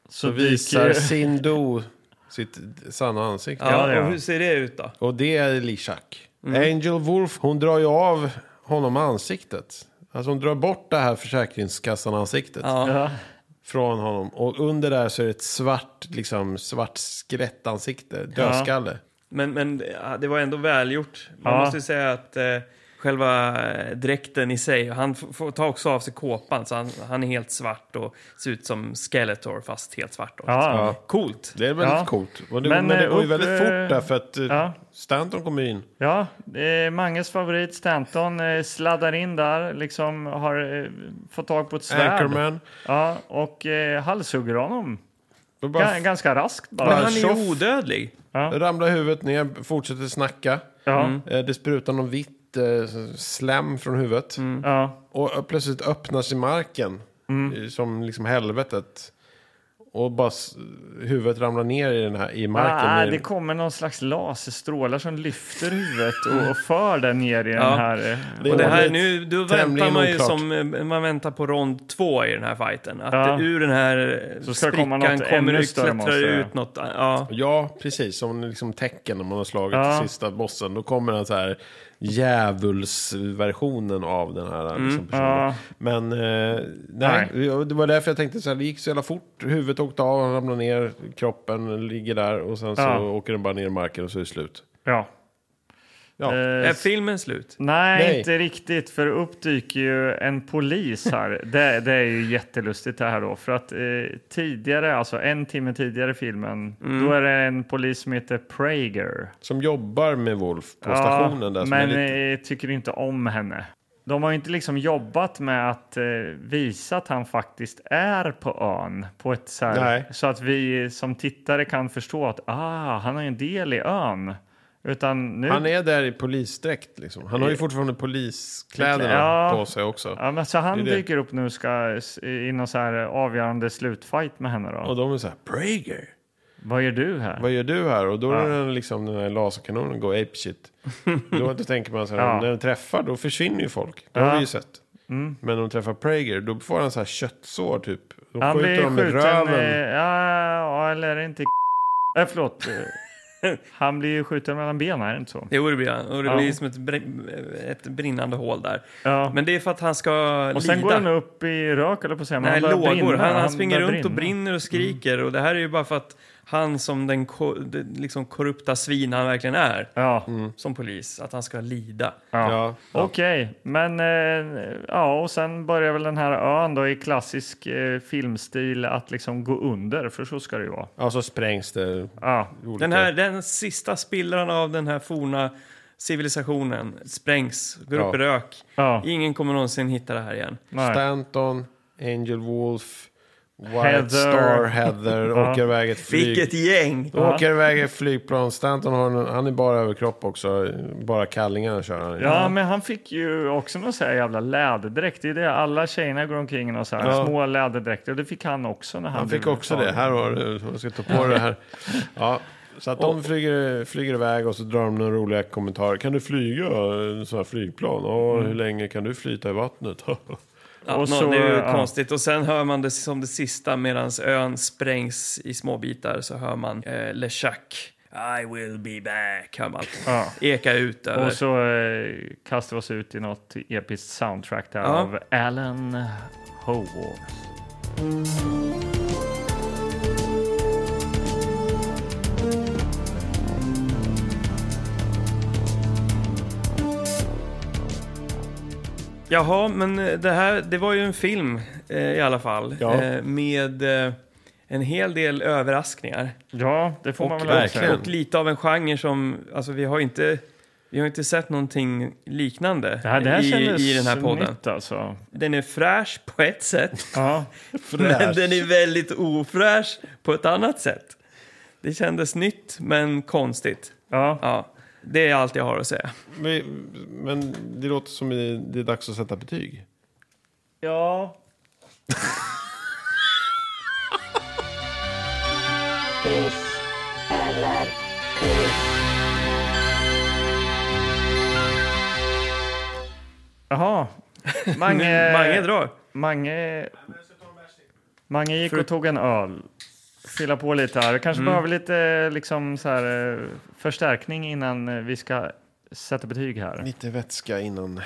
S2: Så
S3: visar Sindo sitt sanna ansikte.
S1: Ja,
S2: ja.
S1: Och hur ser det ut då?
S3: Och det är Lishak.
S2: Mm.
S3: Angel Wolf, hon drar ju av honom ansiktet. Alltså hon drar bort det här Försäkringskassan-ansiktet
S2: Ja.
S3: från honom. Och under där så är det ett svart, liksom svart skrättansikte, dödskalle.
S1: Men, men ja, det var ändå välgjort. Man
S2: Ja.
S1: måste ju säga att eh, själva eh, dräkten i sig, han f- får ta också av sig kåpan så han, han är helt svart och ser ut som Skeletor fast helt svart. Också.
S2: Ja.
S1: Coolt!
S3: Det är väldigt
S2: Ja.
S3: coolt. Och det,
S2: Men,
S3: men, det
S2: eh,
S3: går ju
S2: upp,
S3: väldigt
S2: eh,
S3: fort där för att eh,
S2: ja.
S3: Stanton kommer in.
S2: Ja, eh, Manges favorit Stanton eh, sladdar in där, liksom har eh, fått tag på ett svärd.
S3: Anchorman.
S2: Ja, och eh, halshugger honom.
S3: Då bara
S2: Ga- ganska raskt
S1: Men
S2: bara.
S1: han är ju
S3: tjoff.
S1: odödlig.
S3: ramlar huvudet ner, fortsätter snacka.
S2: Ja,
S3: Eh, Det sprutar någon vitt eh, slam från huvudet.
S2: ja,
S3: Och ö- plötsligt öppnar sig marken.
S2: Mm.
S3: eh, Som liksom helvetet. Och bara s- huvudet ramlar ner i, den här, i marken.
S2: Ah,
S3: i-
S2: det kommer någon slags laserstrålar som lyfter huvudet och, och för den ner i den här... eh,
S1: Och det här
S3: väldigt
S1: nu, då
S3: tämligen
S1: väntar man ju
S3: oklart.
S1: som, eh, man väntar på rond två i den här fighten. Att
S2: Ja.
S1: det ur den här eh,
S2: Så ska det komma
S1: sprickan
S2: något
S1: kommer
S2: ännu
S1: ut,
S2: större
S1: klättrar
S2: monster,
S1: ut något. eh, Ja.
S3: Ja, precis. Som liksom tecken när man har slagit
S2: Ja.
S3: sista bossen. Då kommer den så här djävulsversionen av den här liksom, personen.
S2: Mm, Ja.
S3: Men eh, nej, det var därför jag tänkte så här. Det gick så jävla fort. Huvudet åkte av, han ramlade ner, kroppen ligger där och sen så
S2: Ja.
S3: åker den bara ner i marken och så är det slut.
S2: ja.
S3: Ja.
S2: Eh,
S1: Är filmen slut?
S2: Nej,
S3: Nej.
S2: inte riktigt, för uppdyker ju en polis här. Det, det är ju jättelustigt det här då, för att eh, tidigare, alltså en timme tidigare i filmen,
S3: Mm.
S2: då är det en polis som heter Prager.
S3: Som jobbar med Wolf på
S2: Ja,
S3: stationen där. Som
S2: men
S3: är lite...
S2: eh, tycker inte om henne. De har ju inte liksom jobbat med att eh, visa att han faktiskt är på ön på ett så, här,
S3: Nej.
S2: så att vi som tittare kan förstå att ah, han har ju en del i ön. Utan nu
S3: Han är där i polisdräkt liksom. Han har ju fortfarande poliskläderna
S2: Eh, Ja.
S3: på sig också.
S2: Ja, men så han
S3: Det är det.
S2: dyker upp nu och ska s- i någon så här avgörande slutfight med henne då.
S3: Och de är så här, Prager.
S2: Vad gör du här?
S3: Vad gör du här? Och då är
S2: Ja.
S3: den, liksom, den här laserkanonen går apeshit. då, då tänker man så här,
S2: Ja.
S3: när den träffar då försvinner ju folk. Det har
S2: Ja. Mm.
S3: vi ju sett. Men om de träffar Prager då får han så här köttsår typ. Då
S2: Han
S3: skjuter
S2: blir
S3: de i
S2: skjuten...
S3: röven.
S2: eh, Ja, ja, eller inte i äh, Förlåt. eh, Han blir ju skjuten mellan benen, är det inte så?
S1: Jo, det blir han. Och det blir
S2: Ja.
S1: som ett, br- ett brinnande hål där.
S2: Ja.
S1: Men det är för att han ska
S2: och sen
S1: lida.
S2: går han upp i rök, eller på att säga. men
S1: Nej,
S2: han börjar
S1: lågor.
S2: brinna.
S1: Han, han springer
S2: börjar Mm.
S1: runt och brinner och skriker. Och det här är ju bara för att han som den ko- det- liksom korrupta svin han verkligen är
S2: Ja,
S1: som polis, att han ska lida.
S2: ja.
S3: Ja.
S2: okej. Men eh, ja, och sen börjar väl den här ön då i klassisk eh, filmstil att liksom gå under, för så ska det ju vara.
S3: Ja, så sprängs det.
S2: Ja,
S3: Olika.
S1: Den, här, den sista spillran av den här forna civilisationen sprängs, går
S3: Ja.
S1: upp i rök.
S2: ja.
S1: Ingen kommer någonsin hitta det här igen.
S2: Nej.
S3: Stanton, Angel Wolf, White
S2: Heather.
S3: Star, Heather åker iväg ett flyg.
S1: Vilket gäng!
S3: Då åker iväg ett flygplan. Stanton har en, han är bara överkropp också. Bara kallingar kör han. i.
S2: Ja, men han fick ju också någon sån här jävla läderdräkt. Det är det alla tjejerna går omkring och så här
S3: Ja.
S2: små läderdräkter. Och det fick han också när han
S3: Han fick
S2: blev
S3: också
S2: tagen.
S3: det. Här har du, jag ska ta på det här. Ja, så att de flyger, flyger iväg och så drar de några roliga kommentarer. Kan du flyga en sån här flygplan? Ja,
S2: Mm.
S3: hur länge kan du flyta i vattnet?
S1: Ja,
S2: Och
S1: nå-
S2: så,
S1: det är ju
S2: ja.
S1: konstigt. Och sen hör man det som det sista medan ön sprängs i små bitar så hör man eh, LeChuck. I will be back, hör man.
S2: Ja.
S1: Eka ut över.
S2: Och så eh, kastar vi oss ut i något episkt soundtrack där
S1: Ja.
S2: av Alan Howard.
S1: Jaha, men eh, det här det var ju en film eh, i alla fall. Eh, med eh, en hel del överraskningar.
S2: Ja, det får man väl lov att
S3: verkligen.
S2: säga.
S1: Och lite av en genre som, alltså vi har ju inte, vi har inte sett någonting liknande
S2: Det här, det här
S1: i,
S2: kändes
S1: i den här podden.
S2: nytt alltså.
S1: Den är fräsch på ett sätt.
S2: Ja.
S1: Men den är väldigt ofräsch på ett annat sätt. Det kändes nytt, men konstigt.
S2: Ja.
S1: Ja, det är allt jag har att säga.
S3: Men, men det låter som det det är dags att sätta betyg.
S2: ja. Jaha. Mange,
S1: Mange drar.
S2: Mange... Mange gick och tog en öl. Fylla på lite här. Vi kanske
S1: Mm.
S2: behöver lite liksom, så här, eh, förstärkning innan eh, vi ska sätta betyg här.
S3: Lite vätska innan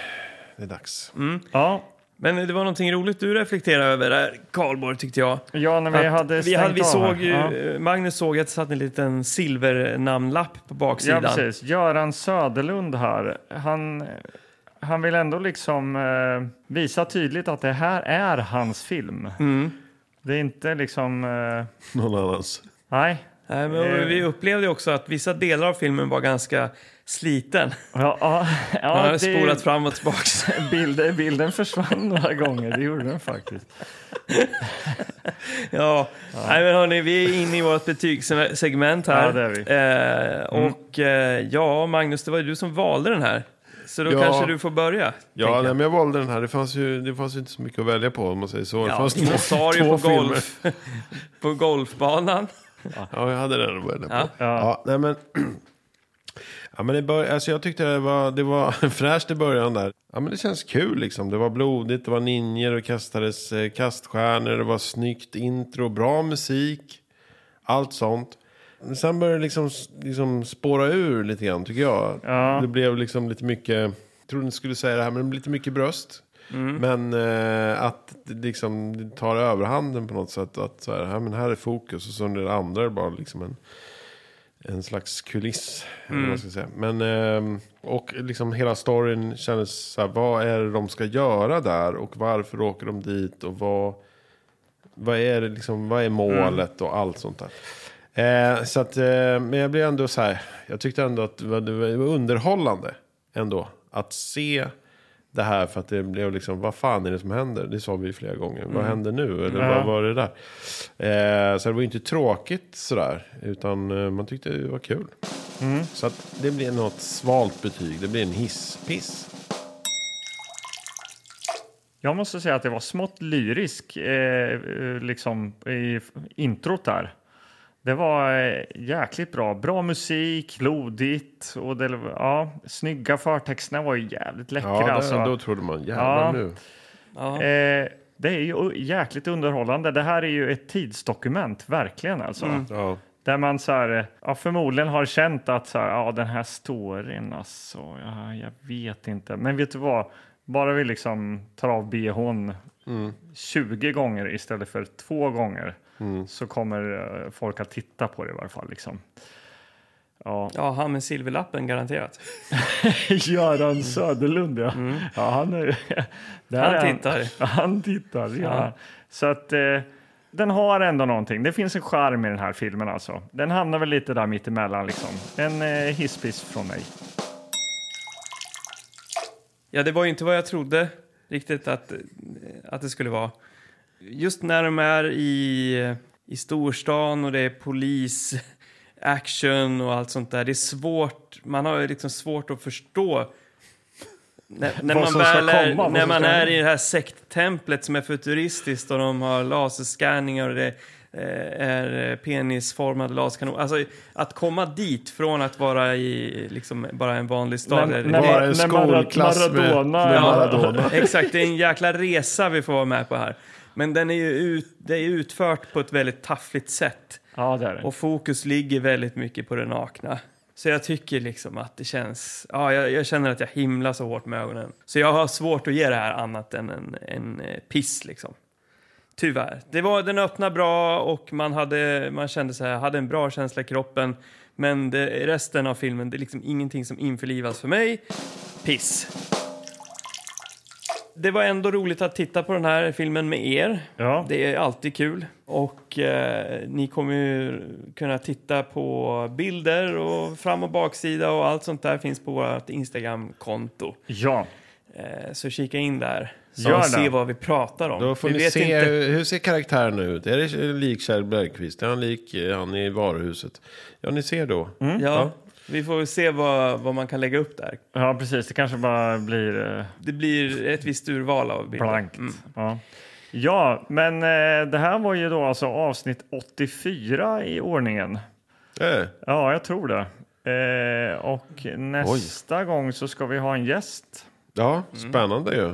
S3: det är dags.
S2: Ja,
S1: Men det var någonting roligt du reflekterade över där, Karlborg, tyckte jag.
S2: ja när vi
S1: Att
S2: hade
S1: vi
S2: stängt
S1: hade, vi
S2: av här.
S1: såg ju,
S2: Ja.
S1: Magnus såg att det satt en liten silvernamnlapp på
S2: Ja,
S1: baksidan.
S2: precis. Göran Söderlund här. Han, han vill ändå liksom eh, visa tydligt att det här är hans film. Det är inte liksom... Eh,
S3: Någon annans.
S2: nej.
S1: Nej,
S2: Eh.
S1: men vi upplevde ju också att vissa delar av filmen var ganska sliten.
S2: Ja, ja,
S1: Man
S2: ja,
S1: hade
S2: det är ju-
S1: spolat fram och tillbaka.
S2: Bilden, bilden försvann några gånger, det gjorde den faktiskt.
S1: Ja. Nej, men hörni, vi är inne i vårt betygssegment här.
S2: Ja, det är vi. Mm.
S1: Eh, och eh, ja, Magnus, det var ju du som valde den här. Så då
S3: Ja.
S1: kanske du får börja.
S3: Ja, nej, men jag valde den här. Det fanns ju det fanns ju inte så mycket att välja på om man säger så. det
S1: Ja,
S3: fanns två,
S1: dinosaurier
S3: två
S1: på,
S3: filmer.
S1: golf, på golfbanan.
S3: Ja, jag hade den att välja på.
S1: Ja.
S3: Ja. nej, men... Ja, men det bör, alltså jag tyckte det var, det var fräscht i början där. Ja, men det känns kul liksom. Det var blodigt, det var ninjor och kastades eh, kaststjärnor. Det var snyggt intro, bra musik. Allt sånt. Men sen började det liksom, liksom spåra ur lite grann tycker jag.
S2: Ja.
S3: Det blev liksom lite mycket, jag trodde ni skulle säga det här, men det blev lite mycket bröst. Men eh, att det liksom det tar överhanden på något sätt. Att så här, här, men här är fokus och så det andra är bara liksom en, en slags kuliss. eller vad man ska säga. Men, ehm, och liksom hela storyn kändes så här, vad är det de ska göra där? Och varför åker de dit? Och vad, vad, är, det liksom, vad är
S2: Mm.
S3: målet och allt sånt där. Eh, så att, eh, men jag blev ändå så här, jag tyckte ändå att det var, det var underhållande ändå. Att se det här för att det blev liksom, vad fan är det som händer? Det sa vi flera gånger. Vad händer nu? Eller
S2: Mm. Ja.
S3: vad var det där? Eh, så det var ju inte tråkigt sådär, utan eh, man tyckte det var kul.
S2: Mm.
S3: Så att det blir något svalt betyg, det blir en hisspiss.
S2: Jag måste säga att det var smått lyrisk eh, eh, liksom, i f- introt där. Det var eh, jäkligt bra. Bra musik, blodigt och det, ja, snygga förtexterna var ju jävligt läckra.
S3: Ja, där,
S2: alltså.
S3: då trodde man jävlar
S2: Ja.
S3: nu.
S1: Ja.
S2: Eh, det är ju jäkligt underhållande. Det här är ju ett tidsdokument, verkligen alltså.
S3: Ja.
S2: Där man så här, eh, ja, förmodligen har känt att så här, ja, den här storyn, alltså, ja, jag vet inte. Men vet du vad? Bara vi liksom tar av bhn Mm. 20 gånger istället för två gånger så kommer eh, folk att titta på det i varje fall. Liksom. Ja.
S1: Ja, han med silverlappen garanterat.
S2: Göran Söderlund, ja. ja han, är, Mm. där
S1: Han
S2: är
S1: tittar.
S2: Han tittar, ja.
S1: Ja.
S2: Så att eh, den har ändå någonting. Det finns en charm i den här filmen alltså. Den hamnar väl lite där mittemellan liksom. En eh, hisspiss från mig.
S1: Ja, det var ju inte vad jag trodde riktigt att, att det skulle vara. Just när de är i, i storstan och det är polis, action och allt sånt där. Det är svårt, man har ju liksom svårt att förstå när, när
S2: Vad
S1: man,
S2: som ska
S1: väl är,
S2: komma, vad
S1: när
S2: som
S1: man
S2: ska
S1: är
S2: hända.
S1: i det här sekttemplet som är futuristiskt och de har laserscanningar och det eh, är eh, penisformade laserkanoner. Alltså att komma dit från att vara i liksom bara en vanlig stad.
S2: När-
S1: är-
S2: när-
S3: Bara en
S2: Mara-
S3: skolklass med, med
S2: Maradona- Ja.
S3: Maradona.
S1: Exakt, det är en jäkla resa vi får vara med på här. Men den är ju ut, det är utfört på ett väldigt taffligt sätt
S2: Ja, det är det.
S1: och fokus ligger väldigt mycket på det nakna. Så jag tycker liksom att det känns, ja, jag, jag känner att jag himlar så hårt med ögonen. Så jag har svårt att ge det här annat än en, en eh, piss liksom. Tyvärr. Det var, den öppna bra och man, hade, man kände så här, hade en bra känsla i kroppen. Men det, resten av filmen, det är liksom ingenting som införlivas för mig. Piss. Det var ändå roligt att titta på den här filmen med er.
S2: Ja.
S1: Det är alltid kul. Och eh, ni kommer ju kunna titta på bilder och fram och baksida och allt sånt där finns på vårt Instagram-konto.
S2: ja.
S1: Eh, så kika in där. Så
S2: Gör det.
S1: se vad vi pratar om.
S3: Då får
S1: vi
S3: ni
S1: vet
S3: se,
S1: inte-
S3: hur, hur ser karaktären ut? Är det lik Kjell Bergqvist? Är han lik eh, han i varuhuset? Ja, ni ser då.
S1: Ja, vi får väl se vad, vad man kan lägga upp där.
S2: ja, precis. Det kanske bara blir... Eh,
S1: Det blir ett visst urval av bilder. Mm.
S2: Blankt. Ja. ja, men eh, det här var ju då alltså avsnitt 84 i ordningen.
S3: Eh,
S2: Ja, jag tror det. Eh, och nästa gång så ska vi ha en gäst.
S3: ja, spännande ju.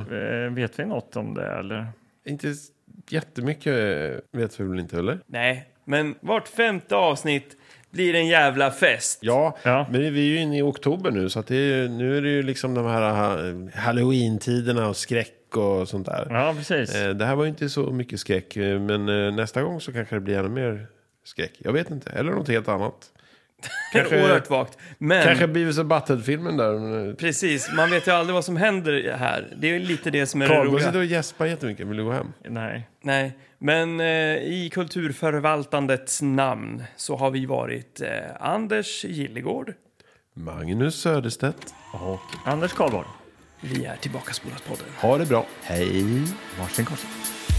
S2: Eh, vet vi något om det eller?
S3: Inte s- jättemycket eh, vet vi väl inte heller?
S1: Nej, men vart femte avsnitt blir en jävla fest.
S3: Ja,
S2: Ja.
S3: men vi är ju inne i oktober nu så att det är, ju- nu är det ju liksom de här ha- halloween-tiderna och skräck och sånt där.
S2: Ja, precis.
S3: Eh, Det här var ju inte så mycket skräck, eh, men eh, nästa gång så kanske det blir ännu mer skräck. Jag vet inte, eller något helt annat.
S1: Mm.
S3: kanske-
S1: Oerhört vagt. Men
S3: Kanske Beavis och Butthead-filmen där. men, eh,
S1: precis, man vet ju aldrig vad som händer här. Det är ju lite det som är det
S3: Carl, du sitter
S1: roliga.
S3: och gäspar jättemycket. Vill du gå hem?
S2: Nej.
S1: Nej, men eh, i kulturförvaltandets namn så har vi varit eh, Anders Gillegård.
S3: Magnus Söderstedt.
S2: Anders Karlborg.
S1: Vi är tillbaka spolat podden.
S3: Ha det bra. Hej.
S2: Varsin korsning.